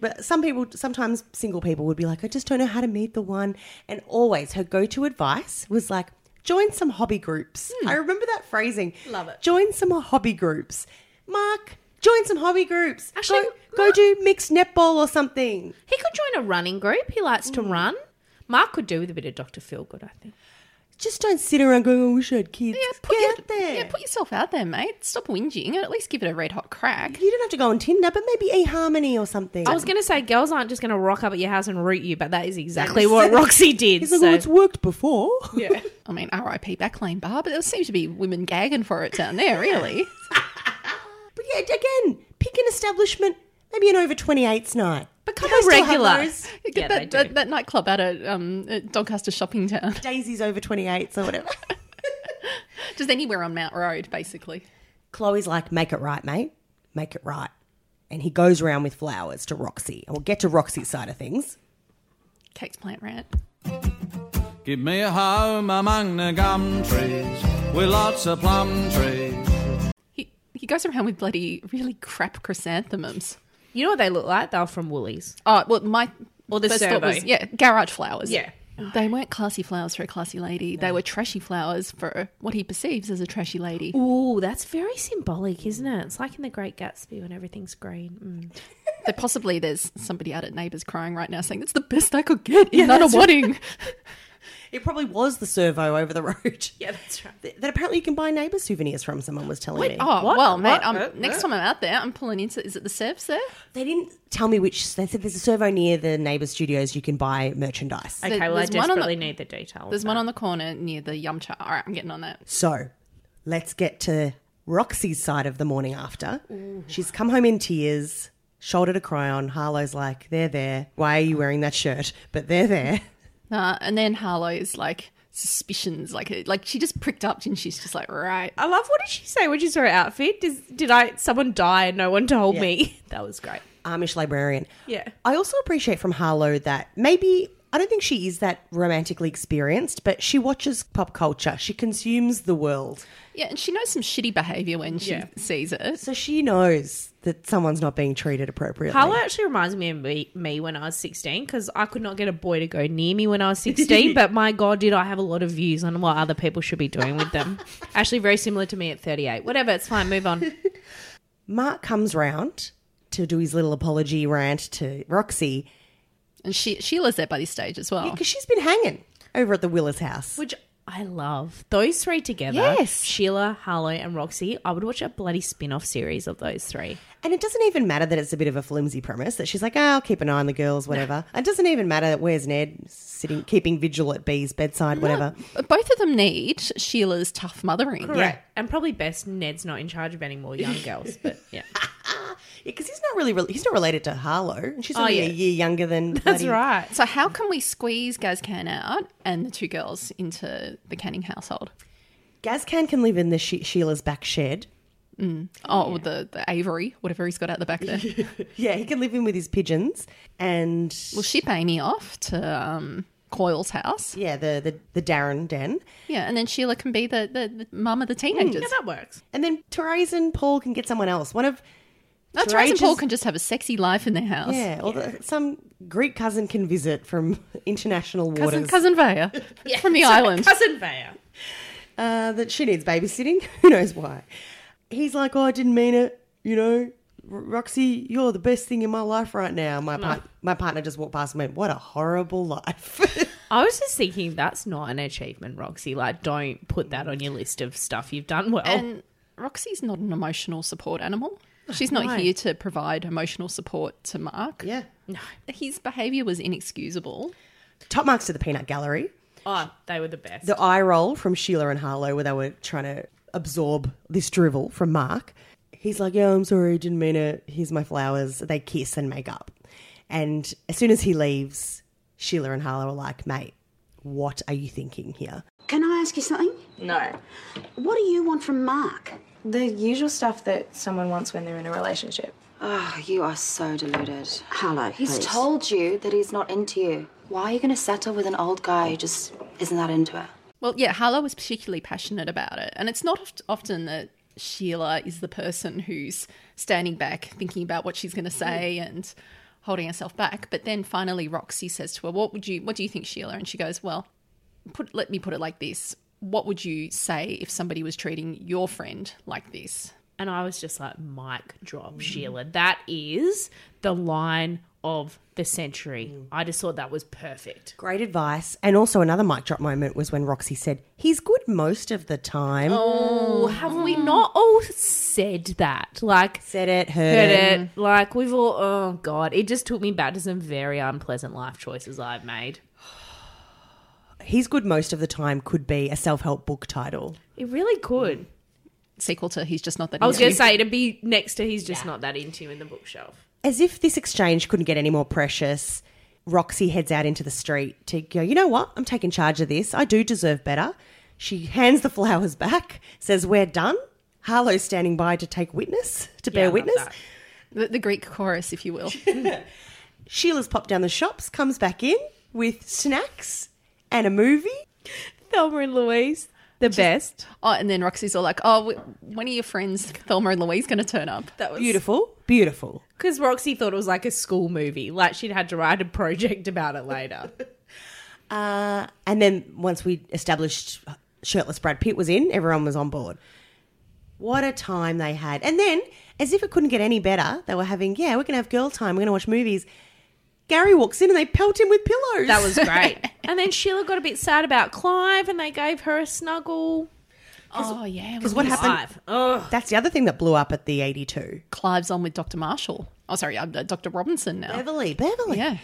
[SPEAKER 3] But some people, sometimes single people would be like, I just don't know how to meet the one. And always her go to advice was like, join some hobby groups. I remember that phrasing. Hmm. Love it. Join some hobby groups. Mark, join some hobby groups.
[SPEAKER 5] Actually,
[SPEAKER 3] go, go do mixed netball or something.
[SPEAKER 5] He could join a running group. He likes to run. Mark could do with a bit of Dr. Feelgood, I think.
[SPEAKER 3] Just don't sit around going, "Oh, I wish I had kids."
[SPEAKER 4] Yeah, put,
[SPEAKER 3] Get
[SPEAKER 4] your-
[SPEAKER 3] out there.
[SPEAKER 4] yeah, put yourself out there, mate. Stop whinging and at least give it a red hot crack.
[SPEAKER 3] you don't have to go on Tinder, but maybe eHarmony or something.
[SPEAKER 5] I was going to say, girls aren't just going to rock up at your house and root you, but that is exactly what (laughs) Roxy did.
[SPEAKER 3] He's like, well, it's
[SPEAKER 5] so-
[SPEAKER 3] worked before. Yeah.
[SPEAKER 4] I mean, RIP Backlane Bar, but there seems to be women gagging for it down there, really.
[SPEAKER 3] (laughs) but yeah, again, pick an establishment, maybe an over 28s night.
[SPEAKER 5] Become
[SPEAKER 3] They
[SPEAKER 5] a
[SPEAKER 3] still have
[SPEAKER 5] regular.
[SPEAKER 3] those.
[SPEAKER 5] Yeah, they
[SPEAKER 4] that,
[SPEAKER 5] do.
[SPEAKER 4] that, that nightclub out at, um, at Doncaster Shopping Town. (laughs)
[SPEAKER 3] Daisy's over 28s or whatever.
[SPEAKER 4] Just anywhere on Mount Road, basically.
[SPEAKER 3] Chloe's like, make it right, mate. Make it right. And he goes around with flowers to Roxy. And we'll get to Roxy's side of things.
[SPEAKER 4] Kate's plant rant.
[SPEAKER 12] Give me a home among the gum trees with lots of plum trees.
[SPEAKER 4] He goes around with bloody really crap chrysanthemums.
[SPEAKER 5] You know what they look like? They're from Woolies.
[SPEAKER 4] Oh well, my
[SPEAKER 5] Or the
[SPEAKER 4] first
[SPEAKER 5] servo.
[SPEAKER 4] thought was yeah, garage flowers.
[SPEAKER 5] Yeah.
[SPEAKER 4] They weren't classy flowers for a classy lady. They were trashy flowers for what he perceives as a trashy lady.
[SPEAKER 5] Ooh, that's very symbolic, isn't it? It's like in The Great Gatsby when everything's green. Mm.
[SPEAKER 4] that possibly there's somebody out at neighbours crying right now saying that's the best I could get in not a wedding.
[SPEAKER 5] (laughs)
[SPEAKER 3] It probably was the servo over the road. (laughs)
[SPEAKER 5] Yeah, that's right.
[SPEAKER 3] That apparently you can buy neighbour souvenirs from, someone was telling me.
[SPEAKER 4] Oh well, mate. I'm, next time I'm out there, I'm pulling into. Is it the serfs there?
[SPEAKER 3] They didn't tell me which. They said there's a servo near the neighbour studios you can buy merchandise.
[SPEAKER 5] Okay, well, I
[SPEAKER 4] there's one on the-
[SPEAKER 5] desperately need the details.
[SPEAKER 4] There's one on the corner near the yum cha. All right, I'm getting on that.
[SPEAKER 3] So let's get to Roxy's side of the morning after. She's come home in tears, shoulder to cry on. Harlow's like, they're there. Why are you wearing that shirt? But they're
[SPEAKER 5] (laughs)
[SPEAKER 3] there.
[SPEAKER 4] Uh, and then Harlow's like suspicions, like like she just pricked up and she's just like, right.
[SPEAKER 5] I love what did she say when she saw her outfit? Does, did I someone die and no one told me? (laughs) That was great.
[SPEAKER 3] Amish librarian.
[SPEAKER 5] Yeah.
[SPEAKER 3] I also appreciate from Harlow that maybe I don't think she is that romantically experienced, but she watches pop culture. She consumes the world.
[SPEAKER 4] Yeah, and she knows some shitty behaviour when she
[SPEAKER 5] Yeah.
[SPEAKER 4] sees it.
[SPEAKER 3] So she knows that someone's not being treated appropriately.
[SPEAKER 5] Harlow actually reminds me of me, me when I was 16 because I could not get a boy to go near me (laughs) when I was 16. but my God, did I have a lot of views on what other people should be doing with (laughs) them. actually, very similar to me at 38. Whatever, it's fine. Move (laughs) on.
[SPEAKER 3] Mark comes round to do his little apology rant to Roxy
[SPEAKER 4] And she Sheila's there by this stage as well.
[SPEAKER 3] because she's been hanging over at the Willis house.
[SPEAKER 5] Which I love. Those three together
[SPEAKER 3] Yes.
[SPEAKER 5] Sheila, Harlow, and Roxy. I would watch a bloody spin off series of those three.
[SPEAKER 3] And it doesn't even matter that it's a bit of a flimsy premise that she's like, oh, I'll keep an eye on the girls, whatever. It doesn't even matter that where's Ned sitting, keeping vigil at Bee's bedside, whatever.
[SPEAKER 4] But Both of them need Sheila's tough mothering.
[SPEAKER 5] Correct. And probably best Ned's not in charge of any more young (laughs) girls. But yeah.
[SPEAKER 3] Because he's not really, he's not related to Harlow, and she's only
[SPEAKER 5] Oh, yeah.
[SPEAKER 3] a year younger than.
[SPEAKER 5] That's
[SPEAKER 3] bloody-
[SPEAKER 5] right.
[SPEAKER 4] So how can we squeeze Gazcan out and the two girls into the Canning household?
[SPEAKER 3] Gazcan can live in the she- Sheila's back shed.
[SPEAKER 4] Oh, the, the Avery, whatever he's got out the back
[SPEAKER 5] (laughs)
[SPEAKER 4] there.
[SPEAKER 3] Yeah, he can live in with his pigeons, and
[SPEAKER 4] We'll ship Amy off to um, Coyle's house.
[SPEAKER 3] yeah, the the, the Darren den,
[SPEAKER 4] Yeah, and then Sheila can be the, the, the mum of the teenagers.
[SPEAKER 5] Yeah, that works.
[SPEAKER 3] and then Therese and Paul can get someone else. One of
[SPEAKER 4] No, Therese and Paul
[SPEAKER 3] Therese-
[SPEAKER 4] can just have a sexy life in their house.
[SPEAKER 3] yeah, or the, some Greek cousin can visit from (laughs) international waters.
[SPEAKER 4] Cousin, cousin
[SPEAKER 5] (laughs)
[SPEAKER 4] Vaya from the island.
[SPEAKER 5] Cousin Vaya.
[SPEAKER 3] uh, that she needs babysitting. (laughs) Who knows why? He's like, oh, I didn't mean it. You know, R- Roxy, you're the best thing in my life right now.
[SPEAKER 4] Mm.
[SPEAKER 3] My part- my partner just walked past and went, what a horrible life. (laughs)
[SPEAKER 5] I was just thinking that's not an achievement, Roxy. Like, don't put that on your list of stuff you've done well.
[SPEAKER 4] And Roxy's not an emotional support animal. She's not here to provide emotional support to Mark.
[SPEAKER 3] yeah.
[SPEAKER 4] His behaviour was inexcusable.
[SPEAKER 3] Top marks to the peanut gallery.
[SPEAKER 5] oh, they were the best.
[SPEAKER 3] The eye roll from Sheila and Harlow where they were trying to absorb this drivel from Mark. He's like, yeah, I'm sorry, didn't mean it. Here's my flowers. They kiss and make up. And as soon as he leaves, Sheila and Harlow are like, mate, what are you thinking here?
[SPEAKER 1] Can I ask you something?
[SPEAKER 6] No.
[SPEAKER 1] What do you want from Mark?
[SPEAKER 6] The usual stuff that someone wants when they're in a relationship.
[SPEAKER 12] Oh, you are so deluded.
[SPEAKER 1] Harlow,
[SPEAKER 12] He's
[SPEAKER 1] please.
[SPEAKER 12] told you that he's not into you. Why are you going to settle with an old guy who just isn't that into her?
[SPEAKER 4] Well, yeah, Harlow was particularly passionate about it. And it's not oft- often that Sheila is the person who's standing back, thinking about what she's going
[SPEAKER 5] Mm-hmm.
[SPEAKER 4] to say and holding herself back. But then finally, Roxy says to her, What would you, what do you think, Sheila? And she goes, Well, put, let me put it like this. What would you say if somebody was treating your friend like this?
[SPEAKER 5] and I was just like, mic drop, Sheila. That is the line of the century.
[SPEAKER 3] Mm.
[SPEAKER 5] I just thought that was perfect.
[SPEAKER 3] Great advice. And also another mic drop moment was when Roxy said, He's good most of the time.
[SPEAKER 5] Oh, have we not all said that? Like,
[SPEAKER 3] Said it, heard,
[SPEAKER 5] heard
[SPEAKER 3] it.
[SPEAKER 5] it. Like, we've all, oh, God. It just took me back to some very unpleasant life choices I've made.
[SPEAKER 3] He's good most of the time could be a self help book title.
[SPEAKER 5] It really
[SPEAKER 3] Mm.
[SPEAKER 5] could.
[SPEAKER 4] Sequel to He's Just Not That
[SPEAKER 5] I was
[SPEAKER 4] Into
[SPEAKER 5] going
[SPEAKER 4] You.
[SPEAKER 5] to say, it'd be next to he's just not that into you in the bookshelf.
[SPEAKER 3] As if this exchange couldn't get any more precious, Roxy heads out into the street to go, You know what? I'm taking charge of this. I do deserve better. She hands the flowers back, says, We're done. Harlow's standing by to take witness, to
[SPEAKER 5] I
[SPEAKER 3] bear
[SPEAKER 5] love
[SPEAKER 3] witness.
[SPEAKER 5] that.
[SPEAKER 4] the, the Greek chorus, if you will. (laughs)
[SPEAKER 3] Sheila's popped down the shops, comes back in with snacks and a movie.
[SPEAKER 5] Thelma and Louise. The best.
[SPEAKER 4] Oh, and then Roxy's all like, "Oh, wh- when are your friends Thelma and Louise going to turn up?" That was
[SPEAKER 5] Beautiful.
[SPEAKER 3] Beautiful.
[SPEAKER 5] Because Roxy thought it was like a school movie. Like she'd had to write a project about it later.
[SPEAKER 3] Uh, and then once we established shirtless Brad Pitt was in, everyone was on board. What a time they had. And then, as if it couldn't get any better, they were having, yeah, we're going to have girl time. We're going to watch movies. Gary walks in and they pelt him with pillows.
[SPEAKER 5] (laughs) That was great. (laughs) and then Sheila got a bit sad about Clive and they gave her a snuggle.
[SPEAKER 4] Oh, yeah.
[SPEAKER 3] Because (laughs) what happened? That's the other thing that blew up at the 82.
[SPEAKER 4] Clive's on with Dr. Marshall. Oh, sorry, I'm uh, Dr. Robinson now.
[SPEAKER 3] Beverly, Beverly.
[SPEAKER 4] Yeah.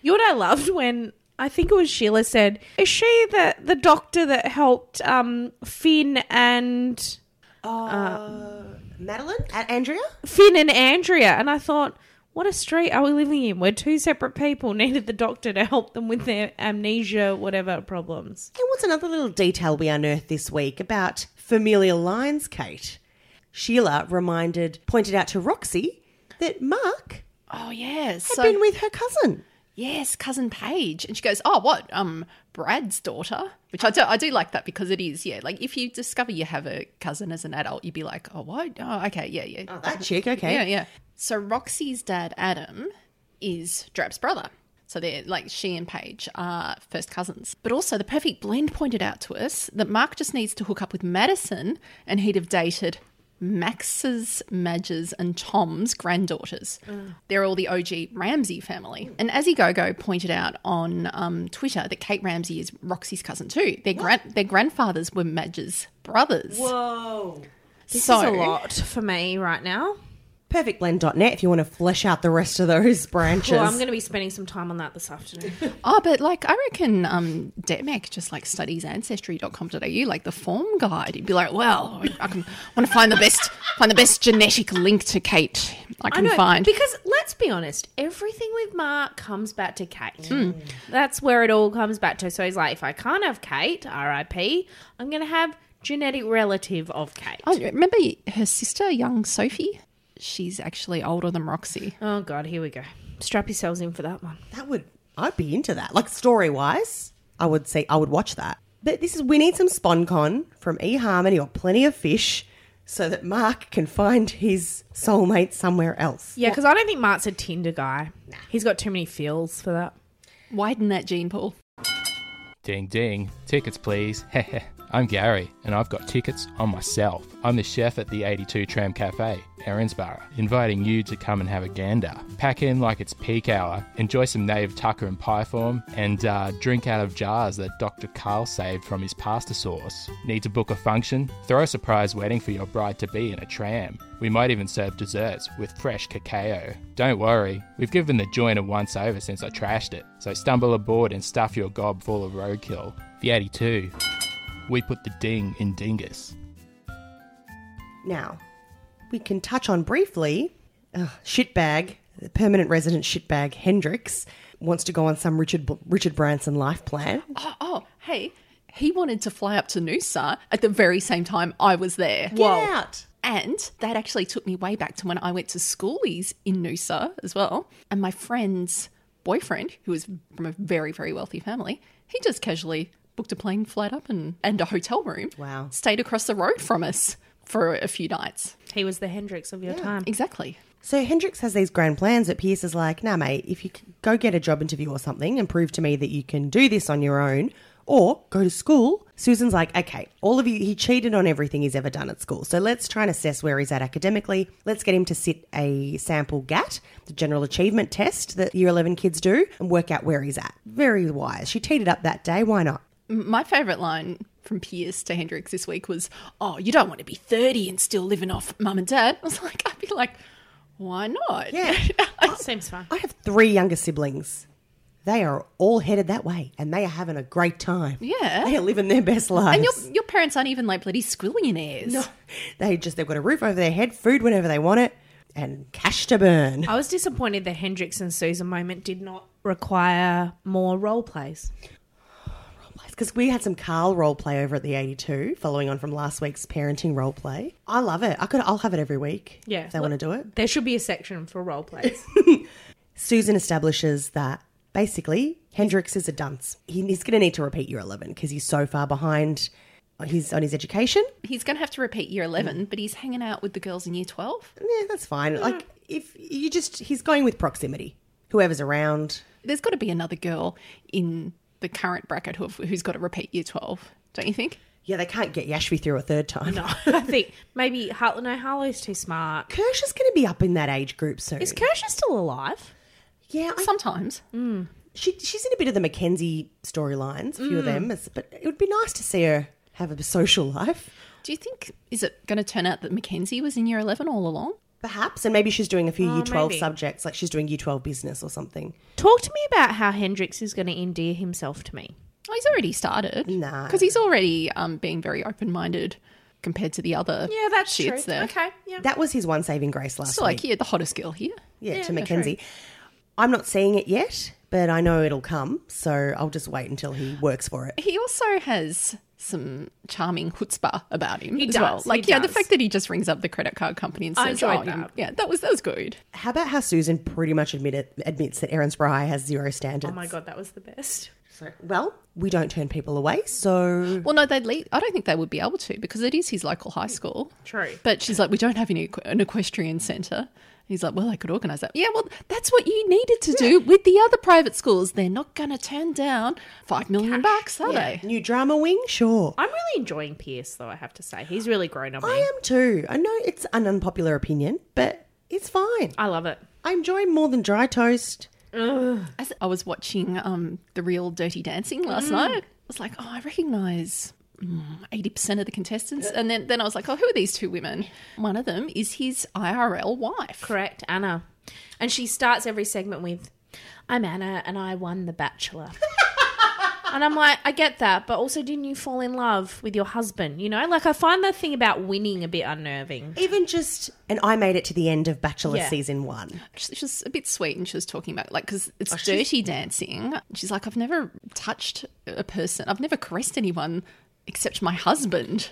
[SPEAKER 5] You know what I loved when I think it was Sheila said, "Is she the the doctor that helped um, Finn and
[SPEAKER 3] Uh, Madeline? A- Andrea?
[SPEAKER 5] Finn and Andrea?" And I thought, "What a street are we living in? We're two separate people (laughs) needed the doctor to help them with their amnesia, whatever problems."
[SPEAKER 3] And what's another little detail we unearthed this week about familial lines, Kate? Sheila reminded, pointed out to Roxy that Mark
[SPEAKER 4] Oh, yeah.
[SPEAKER 3] had
[SPEAKER 4] So,
[SPEAKER 3] been with her cousin.
[SPEAKER 4] yes, cousin Paige. And she goes, "Oh, what? Um, Brad's daughter." Which I do, I do like that because it is, yeah. Like if you discover you have a cousin as an adult, you'd be like, "Oh, what? Oh, okay, yeah, yeah."
[SPEAKER 3] Oh, that chick, okay.
[SPEAKER 4] Yeah, yeah. So Roxy's dad, Adam, is Drap's brother. So they're like she and Paige are first cousins. But also the perfect blend pointed out to us that Mark just needs to hook up with Madison and he'd have dated Max's, Madge's, and Tom's granddaughters.
[SPEAKER 5] Mm.
[SPEAKER 4] They're all the OG Ramsey family. And Azzy Gogo pointed out on um, Twitter that Kate Ramsey is Roxy's cousin too. Their gran- their grandfathers were Madge's brothers.
[SPEAKER 5] Whoa, this
[SPEAKER 4] So-
[SPEAKER 5] is a lot for me right now.
[SPEAKER 3] Perfectblend.net if you want to flesh out the rest of those branches.
[SPEAKER 5] Well, I'm going to be spending some time on that this (laughs) afternoon.
[SPEAKER 4] Oh, but like I reckon um Demek just like studies ancestry.com.au, like the form guide. He'd be like, Well, I can wanna find the best find the best genetic link to Kate I can find.
[SPEAKER 5] Because let's be honest, everything with Mark comes back to Kate. That's where it all comes back to. So he's like, if I can't have Kate, RIP, I'm going to have genetic relative of Kate.
[SPEAKER 4] oh, remember her sister, young Sophie? She's actually older than Roxy.
[SPEAKER 5] Oh, God, here we go. Strap yourselves in for that one.
[SPEAKER 3] That would I'd be into that. Like story wise, I would say I would watch that. But this is we need some SponCon from eHarmony or Plenty of Fish so that Mark can find his soulmate somewhere else.
[SPEAKER 5] Yeah, because I don't think Mark's a Tinder guy. He's got too many feels for that.
[SPEAKER 4] Widen that gene pool.
[SPEAKER 13] Ding ding, tickets please. (laughs) Heh I'm Gary, and I've got tickets on myself. I'm the chef at the 82 Tram Cafe, Erinsborough, inviting you to come and have a gander. Pack in like it's peak hour, enjoy some native tucker and pie form, and uh, drink out of jars that Dr. Carl saved from his pasta sauce. Need to book a function? Throw a surprise wedding for your bride to be in a tram. We might even serve desserts with fresh cacao. Don't worry, we've given the joint a once over since I trashed it, so stumble aboard and stuff your gob full of roadkill. The 82. We put the ding in dingus.
[SPEAKER 3] Now, we can touch on briefly ugh, shitbag, the permanent resident shitbag Hendrix wants to go on some Richard Richard Branson life plan.
[SPEAKER 4] Oh, oh, hey, he wanted to fly up to Noosa at the very same time I was there.
[SPEAKER 3] Get out.
[SPEAKER 4] And that actually took me way back to when I went to schoolies in Noosa as well. And my friend's boyfriend, who was from a very, very wealthy family, he just casually booked a plane flight up and, and a hotel room.
[SPEAKER 3] Wow.
[SPEAKER 4] Stayed across the road from us for a few nights.
[SPEAKER 5] He was the Hendrix of your time.
[SPEAKER 4] Exactly.
[SPEAKER 3] So Hendrix has these grand plans, but Pierce is like, nah, mate, if you c- go get a job interview or something and prove to me that you can do this on your own or go to school, Susan's like, okay, all of you, he cheated on everything he's ever done at school. So let's try and assess where he's at academically. Let's get him to sit a sample GAT, the general achievement test that year 11 kids do, and work out where he's at. Very wise. She teed it up that day. Why not?
[SPEAKER 4] M- My favourite line from Pierce to Hendrix this week was, Oh, you don't want to be 30 and still living off mum and dad. (laughs) I was like, I'd be like, why not? (laughs)
[SPEAKER 3] Yeah.
[SPEAKER 5] Seems fun.
[SPEAKER 3] I have three younger siblings. They are all headed that way and they are having a great time.
[SPEAKER 4] Yeah.
[SPEAKER 3] They are living their best lives.
[SPEAKER 4] And your, your parents aren't even like bloody squillionaires. No.
[SPEAKER 3] They just they've got a roof over their head, food whenever they want it, and cash to burn.
[SPEAKER 5] I was disappointed the Hendrix and Susan moment did not require more role plays.
[SPEAKER 3] Because Oh, we had some Carl role play over at the 82, following on from last week's parenting role play. I love it. I could I'll have it every week.
[SPEAKER 5] Yeah.
[SPEAKER 3] If they want to do it.
[SPEAKER 5] There should be a section for role (laughs) plays.
[SPEAKER 3] Susan establishes that basically Hendrix is a dunce. He, he's going to need to repeat year 11 because he's so far behind. his on his education.
[SPEAKER 4] He's going to have to repeat
[SPEAKER 5] Hmm.
[SPEAKER 4] year 11, but he's hanging out with the girls in year 12.
[SPEAKER 3] Yeah, that's fine. Like if you just he's going with proximity. Whoever's around.
[SPEAKER 4] There's got to be another girl in the current bracket who, who's got to repeat year 12, don't you think?
[SPEAKER 3] Yeah, they can't get Yashvi through a third time.
[SPEAKER 5] No, I think maybe Hartland no, Harlow's too
[SPEAKER 3] (laughs)
[SPEAKER 5] smart.
[SPEAKER 3] Kirsch is going to be up in that age group soon.
[SPEAKER 5] Is Kirsch still alive?
[SPEAKER 3] Yeah, I-
[SPEAKER 4] sometimes.
[SPEAKER 3] Mm. She she's in a bit of the Mackenzie storylines, a few of
[SPEAKER 4] Mm.
[SPEAKER 3] them, it's- but it would be nice to see her have a social life,
[SPEAKER 4] Do you think, is it going to turn out that Mackenzie was in year 11 all along?
[SPEAKER 3] perhaps, and maybe she's doing a few
[SPEAKER 5] Oh,
[SPEAKER 3] Year Twelve
[SPEAKER 5] maybe.
[SPEAKER 3] subjects, like she's doing Year Twelve business or something.
[SPEAKER 5] Talk to me about how Hendrix is going to endear himself to me.
[SPEAKER 4] Oh, he's already started.
[SPEAKER 3] Nah.
[SPEAKER 4] Because he's already um, being very open minded compared to the other
[SPEAKER 5] Yeah, that's
[SPEAKER 4] shits
[SPEAKER 5] true.
[SPEAKER 4] there.
[SPEAKER 5] Okay, yeah.
[SPEAKER 3] That was his one saving grace last
[SPEAKER 4] So,
[SPEAKER 3] week.
[SPEAKER 4] like, yeah, the hottest girl here.
[SPEAKER 3] yeah,
[SPEAKER 4] Yeah,
[SPEAKER 3] to
[SPEAKER 4] that's
[SPEAKER 3] Mackenzie.
[SPEAKER 4] right.
[SPEAKER 3] I'm not seeing it yet, but I know it'll come, so I'll just wait until he works for it.
[SPEAKER 4] He also has some charming chutzpah about him
[SPEAKER 5] He
[SPEAKER 4] as
[SPEAKER 5] does,
[SPEAKER 4] well.
[SPEAKER 5] he
[SPEAKER 4] Like, yeah, the
[SPEAKER 5] does.
[SPEAKER 4] fact that he just rings up the credit card company and
[SPEAKER 5] I
[SPEAKER 4] says,
[SPEAKER 5] enjoyed
[SPEAKER 4] "Oh, you-
[SPEAKER 5] that.
[SPEAKER 4] yeah, that was that was good."
[SPEAKER 3] How about how Susan pretty much admitted admits that Aaron Spry has zero standards?
[SPEAKER 5] Oh my god, that was the best.
[SPEAKER 3] So, well, we don't turn people away, so
[SPEAKER 4] Well, no, they'd leave. I don't think they would be able to because it is his local high school.
[SPEAKER 5] True.
[SPEAKER 4] But she's like, we don't have any, an equestrian centre. And he's like, well, I could organise that. Yeah, well, that's what you needed to do with the other private schools. They're not going to turn down five million bucks, are
[SPEAKER 5] Yeah.
[SPEAKER 4] they?
[SPEAKER 3] new drama wing, sure.
[SPEAKER 5] I'm really enjoying Pierce, though. I have to say, he's really grown on me.
[SPEAKER 3] I am too. I know it's an unpopular opinion, but it's fine.
[SPEAKER 5] I love it.
[SPEAKER 3] I enjoy more than dry toast.
[SPEAKER 4] I s- I was watching um, the real Dirty Dancing last
[SPEAKER 5] Mm.
[SPEAKER 4] night. I was like, oh, I recognise mm, eighty percent of the contestants, and then then I was like, oh, who are these two women? One of them is his IRL wife.
[SPEAKER 5] Correct, Anna. And she starts every segment with, I'm Anna and I won The Bachelor. (laughs) and I'm like, I get that, but also, didn't you fall in love with your husband? You know, like I find that thing about winning a bit unnerving.
[SPEAKER 3] Even just, and I made it to the end of Bachelor
[SPEAKER 4] Yeah.
[SPEAKER 3] season one.
[SPEAKER 4] She- She was a bit sweet and she was talking about like because it's
[SPEAKER 3] Oh, she's-
[SPEAKER 4] dirty dancing she's like i've never touched a person i've never caressed anyone except my husband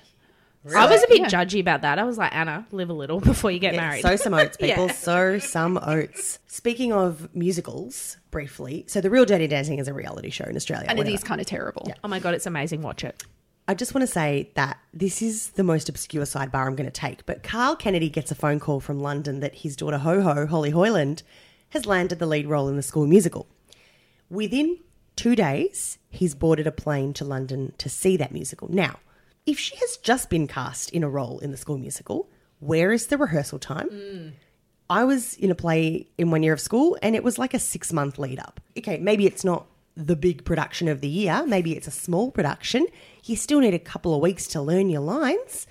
[SPEAKER 5] I was a bit
[SPEAKER 4] Yeah.
[SPEAKER 5] judgy about that. I was like, Anna, live a little (laughs) before you get married.
[SPEAKER 3] So some oats, people.
[SPEAKER 5] (laughs) Yeah.
[SPEAKER 3] So some oats. Speaking of musicals, briefly, so The Real Dirty Dancing is a reality show in Australia.
[SPEAKER 5] And it
[SPEAKER 3] whatever.
[SPEAKER 5] is
[SPEAKER 4] kind of terrible.
[SPEAKER 5] Oh my god, it's amazing. Watch it.
[SPEAKER 3] I just want to say that this is the most obscure sidebar I'm going to take, but Carl Kennedy gets a phone call from London that his daughter Ho Ho, Holly Hoyland, has landed the lead role in the school musical. Within two days, he's boarded a plane to London to see that musical. Now, if she has just been cast in a role in the school musical, where is the rehearsal time? I was in a play in one year of school and it was like a six month lead up. Okay, maybe it's not the big production of the year, maybe it's a small production. You still need a couple of weeks to learn your lines.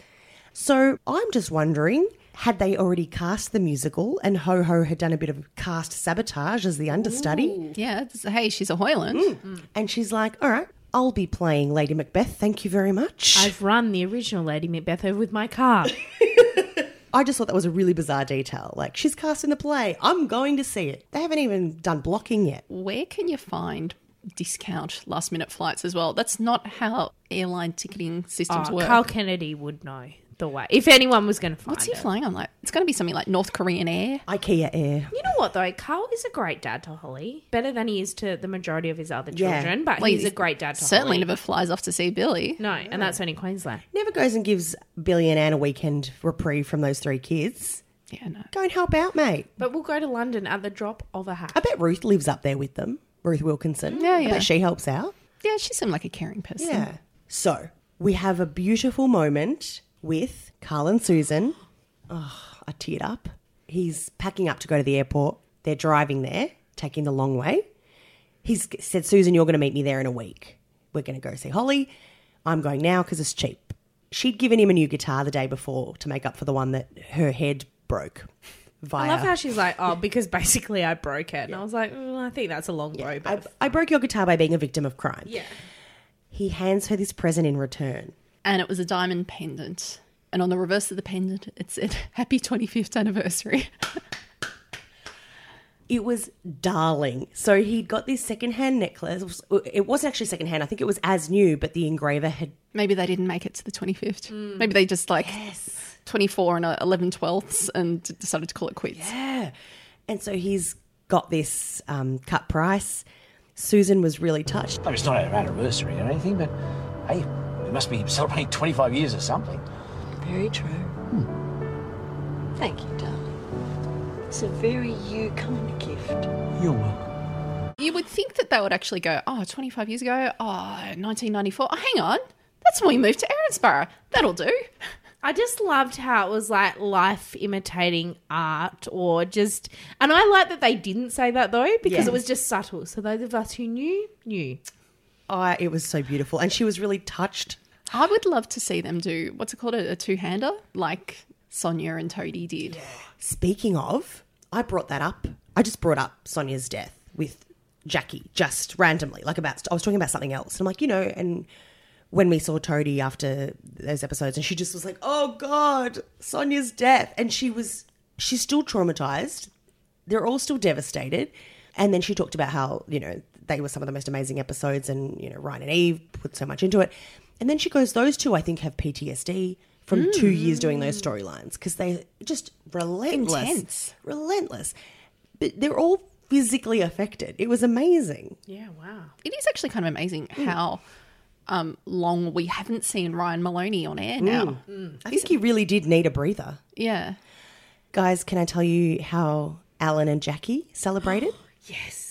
[SPEAKER 3] So I'm just wondering had they already cast the musical and Ho Ho had done a bit of cast sabotage as the understudy?
[SPEAKER 4] yeah it's- hey she's a hoyland
[SPEAKER 3] And she's like, all right, I'll be playing Lady Macbeth. Thank you very much.
[SPEAKER 5] I've run the original Lady Macbeth over with
[SPEAKER 4] (laughs)
[SPEAKER 5] my car.
[SPEAKER 3] I just thought that was a really bizarre detail. Like, she's cast in a play. I'm going to see it. They haven't even done blocking yet.
[SPEAKER 4] where can you find discount last minute flights as well that's not how airline ticketing systems
[SPEAKER 5] Oh,
[SPEAKER 4] work
[SPEAKER 5] Carl Kennedy would know the way. If anyone was going to find
[SPEAKER 4] what's he
[SPEAKER 5] it.
[SPEAKER 4] flying on like it's going to be something like north korean air
[SPEAKER 3] IKEA Air.
[SPEAKER 5] You know what though, Carl is a great dad to Holly. Better than he is to the majority of his other
[SPEAKER 3] Yeah.
[SPEAKER 5] children, but
[SPEAKER 4] Well,
[SPEAKER 5] he's a
[SPEAKER 4] he's
[SPEAKER 5] great dad to
[SPEAKER 4] certainly
[SPEAKER 5] Holly.
[SPEAKER 4] never flies off to see billy
[SPEAKER 5] No, and that's only Queensland.
[SPEAKER 3] Never goes and gives Billy and Anne a weekend reprieve from those three kids.
[SPEAKER 4] Yeah, no.
[SPEAKER 3] Go and help out, mate.
[SPEAKER 5] But we'll go to London at the drop of a hat.
[SPEAKER 3] I bet Ruth lives up there with them. Ruth Wilkinson.
[SPEAKER 4] Yeah,
[SPEAKER 3] I
[SPEAKER 4] yeah.
[SPEAKER 3] bet she helps out.
[SPEAKER 4] yeah she seemed like a caring person
[SPEAKER 3] Yeah. So we have a beautiful moment with Carl and Susan. Oh, I teared up. He's packing up to go to the airport. They're driving there, taking the long way. He's said, Susan, you're going to meet me there in a week. We're going to go see Holly. I'm going now because it's cheap. She'd given him a new guitar the day before to make up for the one that her head broke. Via
[SPEAKER 5] I love how she's like, oh, because basically I broke it. And I was like, mm, I think that's a long road.
[SPEAKER 3] I, I broke your guitar by being a victim of crime. Yeah. He hands her this present in return.
[SPEAKER 4] and it was a diamond pendant. And on the reverse of the pendant, it said (laughs) "Happy 25th Anniversary." (laughs)
[SPEAKER 3] It was darling. So he'd got this secondhand necklace. It wasn't actually secondhand. I think it was as new, but the engraver had.
[SPEAKER 4] Maybe they didn't make it to the 25th. Maybe they just like 24 and uh, 11 twelfths and d- decided to call it quits.
[SPEAKER 3] Yeah. And so he's got this um, cut price. Susan was really touched.
[SPEAKER 11] I mean, it's not our anniversary or anything, but hey,
[SPEAKER 14] must be celebrating 25 years or something.
[SPEAKER 12] Very true. Thank you, darling. It's a very you kind of gift.
[SPEAKER 14] You're welcome.
[SPEAKER 4] You would think that they would actually go, oh, 25 years ago, oh, 1994. Oh, hang on. That's when we moved to Erinsborough. That'll do. (laughs)
[SPEAKER 5] I just loved how it was like life imitating art or just. And I like that they didn't say that though because
[SPEAKER 3] Yeah.
[SPEAKER 5] it was just subtle. So those of us who knew, knew.
[SPEAKER 3] I, it was so beautiful. And she was really touched.
[SPEAKER 4] I would love to see them do what's it called a, a two-hander like Sonia and Toadie did.
[SPEAKER 3] Speaking of, I brought that up. I just brought up Sonia's death with Jackie just randomly, like about, I was talking about something else. And I'm like, you know, and when we saw Toadie after those episodes, and she just was like, oh God, Sonia's death. And she was, she's still traumatized. They're all still devastated. And then she talked about how, you know, they were some of the most amazing episodes and, you know, Ryan and Eve put so much into it. And then she goes, those two, I think, have PTSD from two
[SPEAKER 15] Mm.
[SPEAKER 3] years doing those storylines because they just relentless.
[SPEAKER 15] Intense.
[SPEAKER 3] Relentless. But they're all physically affected. It was amazing.
[SPEAKER 5] Yeah, wow.
[SPEAKER 4] It is actually kind of amazing
[SPEAKER 3] Mm.
[SPEAKER 4] how um, long we haven't seen Ryan Maloney on air now.
[SPEAKER 3] Mm. I think he really did need a breather.
[SPEAKER 4] Yeah.
[SPEAKER 3] Guys, can I tell you how Alan and Jackie celebrated?
[SPEAKER 5] yes.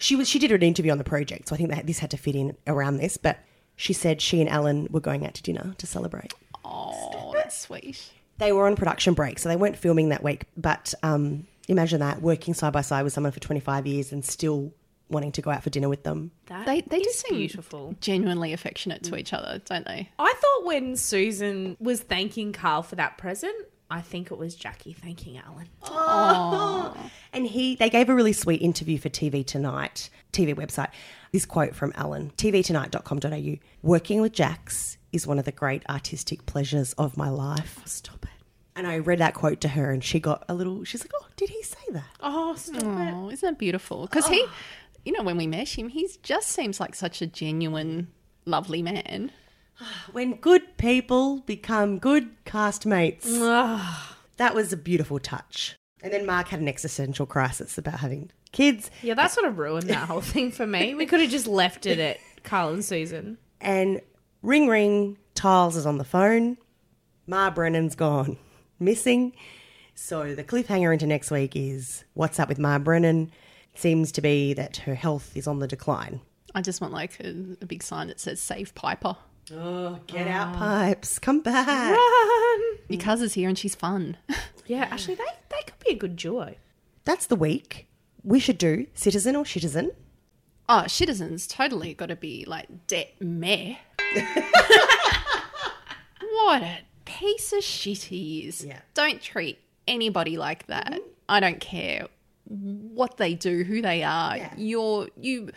[SPEAKER 3] She was she did an interview on the project, so I think that this had to fit in around this, but she said she and Alan were going out to dinner to celebrate.
[SPEAKER 4] Oh, that's sweet.
[SPEAKER 3] They were on production break, so they weren't filming that week, but um, imagine that working side by side with someone for 25 years and still wanting to go out for dinner with them.
[SPEAKER 4] they they do seem beautiful, genuinely affectionate
[SPEAKER 3] Mm.
[SPEAKER 4] to each other, don't they?
[SPEAKER 5] I thought when Susan was thanking Carl for that present, I think it was Jackie thanking Alan.
[SPEAKER 3] Oh. And he, they gave a really sweet interview for TV Tonight, TV website. This quote from Alan, tvtonight.com.au. Working with Jax is one of the great artistic pleasures of my life.
[SPEAKER 5] Oh, stop it.
[SPEAKER 3] And I read that quote to her and she got a little, she's like, oh, did he say that? Mm.
[SPEAKER 5] Oh, stop
[SPEAKER 4] it. Isn't that beautiful? Because he,
[SPEAKER 3] Oh.
[SPEAKER 4] you know, when we met him, he just seems like such a genuine, lovely man.
[SPEAKER 3] When good people become good cast mates.
[SPEAKER 5] Ah.
[SPEAKER 3] that was a beautiful touch. And then Mark had an existential crisis about having kids.
[SPEAKER 5] Yeah, that sort of ruined that whole thing for me. We could have just left it at Carl and Susan.
[SPEAKER 3] And ring ring, Tiles is on the phone. Ma Brennan's gone, (laughs) missing. So the cliffhanger into next week is what's up with Ma Brennan? Seems to be that her health is on the decline.
[SPEAKER 4] I just want like a, a big sign that says "Save Piper."
[SPEAKER 3] Oh, get out, Pipes. Come back. Mm.
[SPEAKER 4] Your cousin's here and
[SPEAKER 3] (laughs)
[SPEAKER 4] she's fun.
[SPEAKER 5] Yeah, actually, they, they could be a good duo.
[SPEAKER 3] That's the week. We should do Citizen or Citizen.
[SPEAKER 4] Oh, citizens totally got to be like debt meh. what a piece of shit he is. Don't treat anybody like that. I don't care what they do, who they are. You're you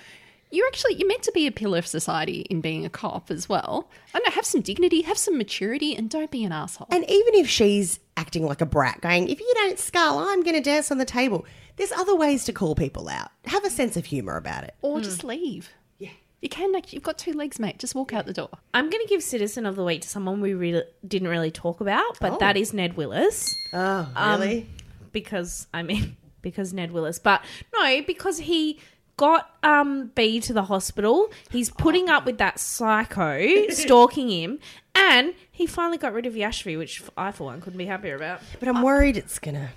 [SPEAKER 4] you're actually you're meant to be a pillar of society in being a cop as well. I don't know, have some dignity, have some maturity and don't be an asshole.
[SPEAKER 3] And even if she's acting like a brat, going, if you don't skull, I'm going to dance on the table, there's other ways to call people out. Have a sense of humour about it.
[SPEAKER 4] Or just leave. Yeah. You can like you've got two legs, mate. Just walk out the door.
[SPEAKER 5] I'm going to give Citizen of the Week to someone we really didn't really talk about, but
[SPEAKER 4] Oh.
[SPEAKER 5] that is Ned Willis.
[SPEAKER 3] Oh, really?
[SPEAKER 5] because, I mean, (laughs) because Ned Willis. But no, because he got um, B to the hospital. He's putting up with that (laughs) psycho stalking him. And he finally got rid of Yashvi, which I, for one, couldn't be happier about.
[SPEAKER 3] But I'm worried it's going to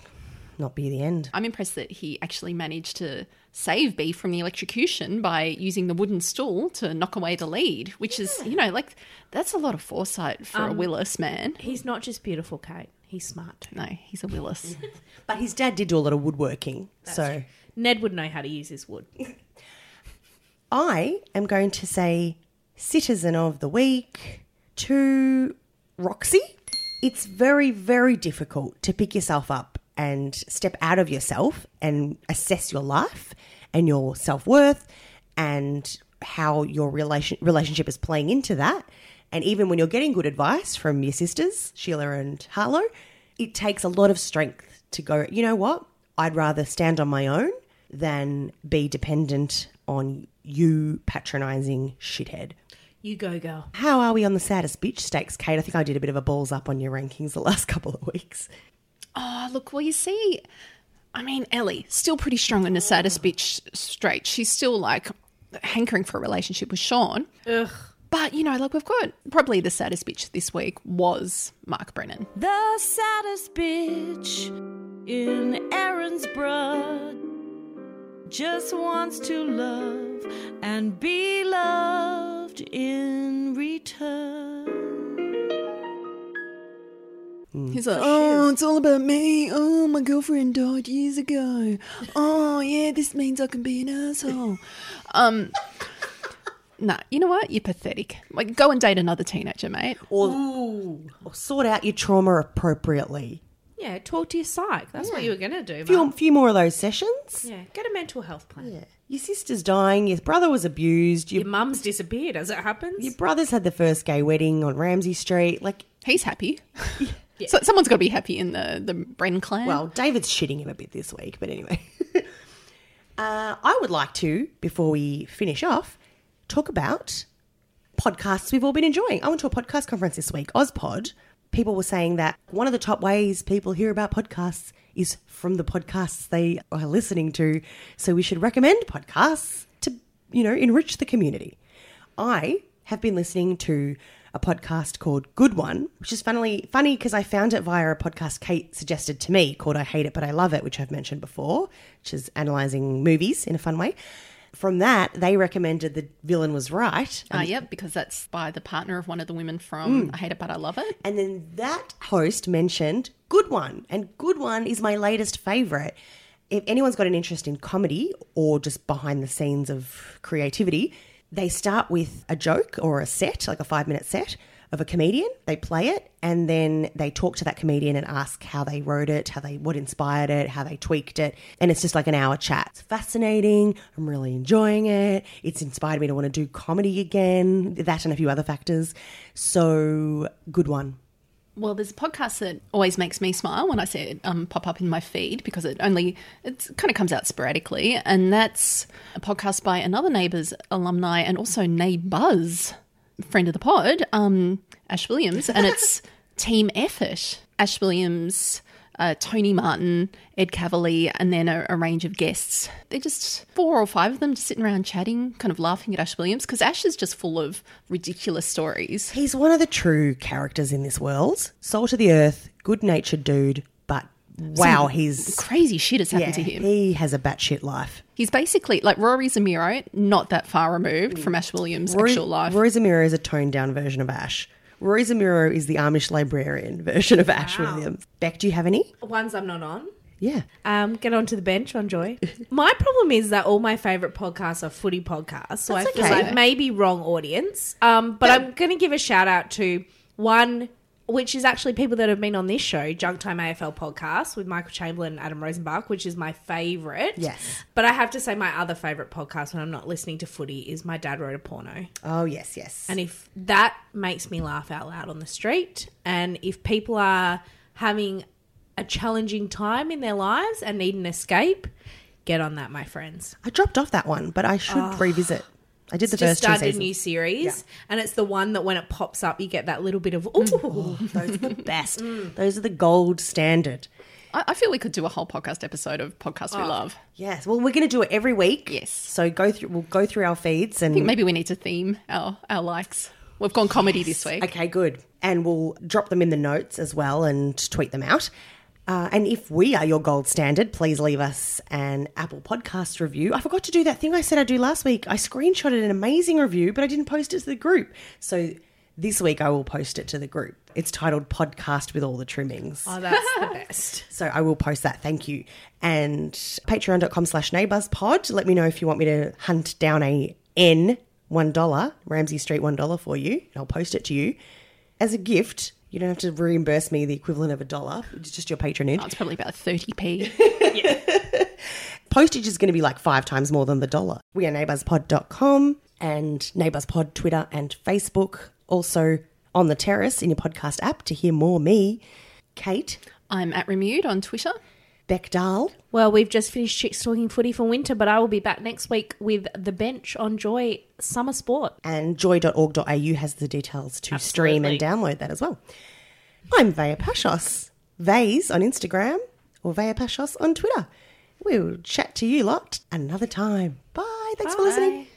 [SPEAKER 3] not be the end.
[SPEAKER 4] I'm impressed that he actually managed to save B from the electrocution by using the wooden stool to knock away the lead, which is, you know, like that's a lot of foresight for a
[SPEAKER 5] Um,
[SPEAKER 4] Willis man.
[SPEAKER 5] He's not just beautiful, Kate. He's smart.
[SPEAKER 4] No, he's a
[SPEAKER 5] (laughs)
[SPEAKER 4] Willis.
[SPEAKER 3] But his dad did do a lot of woodworking. so
[SPEAKER 5] Ned would know how to use his wood.
[SPEAKER 3] I am going to say Citizen of the Week to Roxy. It's very, very difficult to pick yourself up and step out of yourself and assess your life and your self worth and how your relation- relationship is playing into that. And even when you're getting good advice from your sisters, Sheila and Harlow, it takes a lot of strength to go, you know what? I'd rather stand on my own than be dependent on you patronizing shithead.
[SPEAKER 5] You go, girl.
[SPEAKER 3] How are we on the saddest bitch stakes, Kate? I think I did a bit of a balls up on your rankings the (laughs) last couple of weeks.
[SPEAKER 4] oh, look, well, you see, I mean, Ellie, still pretty strong in the saddest bitch straight. She's still like hankering for a relationship with Sean.
[SPEAKER 5] Ugh.
[SPEAKER 4] But, you know, like we've got probably the saddest bitch this week was Mark Brennan.
[SPEAKER 15] The saddest bitch in Aaron's blood just wants to love and be loved in return.
[SPEAKER 5] Mm.
[SPEAKER 4] He's like, oh, it's all about me. Oh, my girlfriend died years ago. Oh, yeah, this means I can be an asshole. Um, nah, you know what? You're pathetic. Like, go and date another teenager, mate.
[SPEAKER 3] Or, or sort out your trauma appropriately.
[SPEAKER 5] Yeah, talk to your psych. That's what you were going to do.
[SPEAKER 3] A few,
[SPEAKER 5] Mark.
[SPEAKER 3] few more of those sessions.
[SPEAKER 5] Yeah, get a mental health plan.
[SPEAKER 3] Your sister's dying. Your brother was abused. Your,
[SPEAKER 5] Your mum's disappeared as it happens.
[SPEAKER 3] your brother's had the first gay wedding on Ramsey Street. Like
[SPEAKER 4] he's happy. So someone's got to be happy in the the Bren clan.
[SPEAKER 3] Well, David's shitting him a bit this week, but anyway. (laughs) uh, I would like to, before we finish off, talk about podcasts we've all been enjoying. I went to a podcast conference this week, OzPod. People were saying that one of the top ways people hear about podcasts is from the podcasts they are listening to. So we should recommend podcasts to, you know, enrich the community. I have been listening to a podcast called Good One, which is funnily funny because I found it via a podcast Kate suggested to me called I Hate It But I Love It, which I've mentioned before, which is analyzing movies in a fun way. From that, they recommended the villain was right.
[SPEAKER 4] Ah, yep, because that's by the partner of one of the women
[SPEAKER 3] Mm.
[SPEAKER 4] from I Hate It But I Love It.
[SPEAKER 3] And then that host mentioned Good One, and Good One is my latest favorite. If anyone's got an interest in comedy or just behind the scenes of creativity, they start with a joke or a set, like a five minute set of a comedian. They play it and then they talk to that comedian and ask how they wrote it, how they what inspired it, how they tweaked it. And it's just like an hour chat. It's fascinating. I'm really enjoying it. It's inspired me to want to do comedy again, that and a few other factors. So, good one.
[SPEAKER 4] Well, there's a podcast that always makes me smile when I see it um, pop up in my feed because it only it kind of comes out sporadically, and that's a podcast by another neighbours alumni and also neighbours friend of the pod, um, Ash Williams,
[SPEAKER 3] (laughs)
[SPEAKER 4] and it's Team Effort. Ash Williams, uh, Tony Martin, Ed Cavalier, and then a, a range of guests. They're just four or five of them just sitting around chatting, kind of laughing at Ash Williams because Ash is just full of ridiculous stories.
[SPEAKER 3] He's one of the true characters in this world. Soul to the earth, good natured dude, but wow,
[SPEAKER 4] Some
[SPEAKER 3] he's
[SPEAKER 4] crazy shit has happened
[SPEAKER 3] yeah,
[SPEAKER 4] to him.
[SPEAKER 3] He has a batshit life.
[SPEAKER 4] He's basically like Rory Zamiro, not that far removed from Ash Williams'
[SPEAKER 3] Mm. Rory,
[SPEAKER 4] actual life.
[SPEAKER 3] Rory Zamiro is a toned down version of Ash. Rory Zamiro is the Amish librarian (laughs) version of Ash
[SPEAKER 5] Wow.
[SPEAKER 3] Williams. Beck, do you have any?
[SPEAKER 5] Ones I'm not on.
[SPEAKER 3] Yeah.
[SPEAKER 5] Um, get onto the bench
[SPEAKER 3] (laughs)
[SPEAKER 5] on Joy. my problem is that all my favorite podcasts are footy podcasts, so I feel
[SPEAKER 3] okay.
[SPEAKER 5] like maybe wrong audience. Um, but I'm going to give a shout out to one, which is actually people that have been on this show, Junk Time AFL podcast with Michael Chamberlain, and Adam Rosenbach, which is my favorite.
[SPEAKER 3] Yes.
[SPEAKER 5] But I have to say, my other favorite podcast when I'm not listening to footy is My Dad Wrote a Porno.
[SPEAKER 3] Oh yes, yes.
[SPEAKER 5] And if that makes me laugh out loud on the street, and if people are having a challenging time in their lives and need an escape, get on that, my friends.
[SPEAKER 3] I dropped off that one, but I should
[SPEAKER 5] Oh.
[SPEAKER 3] revisit. I did the
[SPEAKER 5] It's
[SPEAKER 3] first
[SPEAKER 5] just
[SPEAKER 3] two
[SPEAKER 5] started
[SPEAKER 3] seasons.
[SPEAKER 5] a new series, and it's the one that when it pops up, you get that little bit of ooh,
[SPEAKER 3] Oh, those are the best. Those are the gold standard.
[SPEAKER 4] I, I feel we could do a whole podcast episode of Podcast We
[SPEAKER 3] Oh,
[SPEAKER 4] Love.
[SPEAKER 3] Yes. Well, we're going to do it every week. Yes. So go through. We'll go through our feeds and
[SPEAKER 4] I think maybe we need to theme our, our likes. We've gone comedy this week.
[SPEAKER 3] Okay, good. And we'll drop them in the notes as well and tweet them out. Uh, and if we are your gold standard, please leave us an Apple Podcast review. I forgot to do that thing I said I do last week. I screenshotted an amazing review, but I didn't post it to the group. So this week I will post it to the group. It's titled Podcast with All the Trimmings.
[SPEAKER 5] oh, that's the best.
[SPEAKER 3] So I will post that. Thank you. And patreon.com slash neighbourspod. Let me know if you want me to hunt down a N $1, Ramsey Street $1 for you. And I'll post it to you as a gift. You don't have to reimburse me the equivalent of a dollar. It's just your patronage.
[SPEAKER 4] It's probably
[SPEAKER 3] (laughs)
[SPEAKER 4] about 30p.
[SPEAKER 3] Postage is going to be like five times more than the dollar. We are neighbourspod.com and neighbourspod Twitter and Facebook. Also on the terrace in your podcast app to hear more me, Kate.
[SPEAKER 4] I'm at Remude on Twitter.
[SPEAKER 3] Beck Dahl.
[SPEAKER 5] Well, we've just finished Chicks Talking Footy for winter, but I will be back next week with The Bench on Joy Summer Sport.
[SPEAKER 3] and joy.org.au has the details to stream and download that as well. I'm Vaya Pashos, Vays on Instagram or Vaya Pashos on Twitter. We'll chat to you lot another time. Bye. Thanks for listening.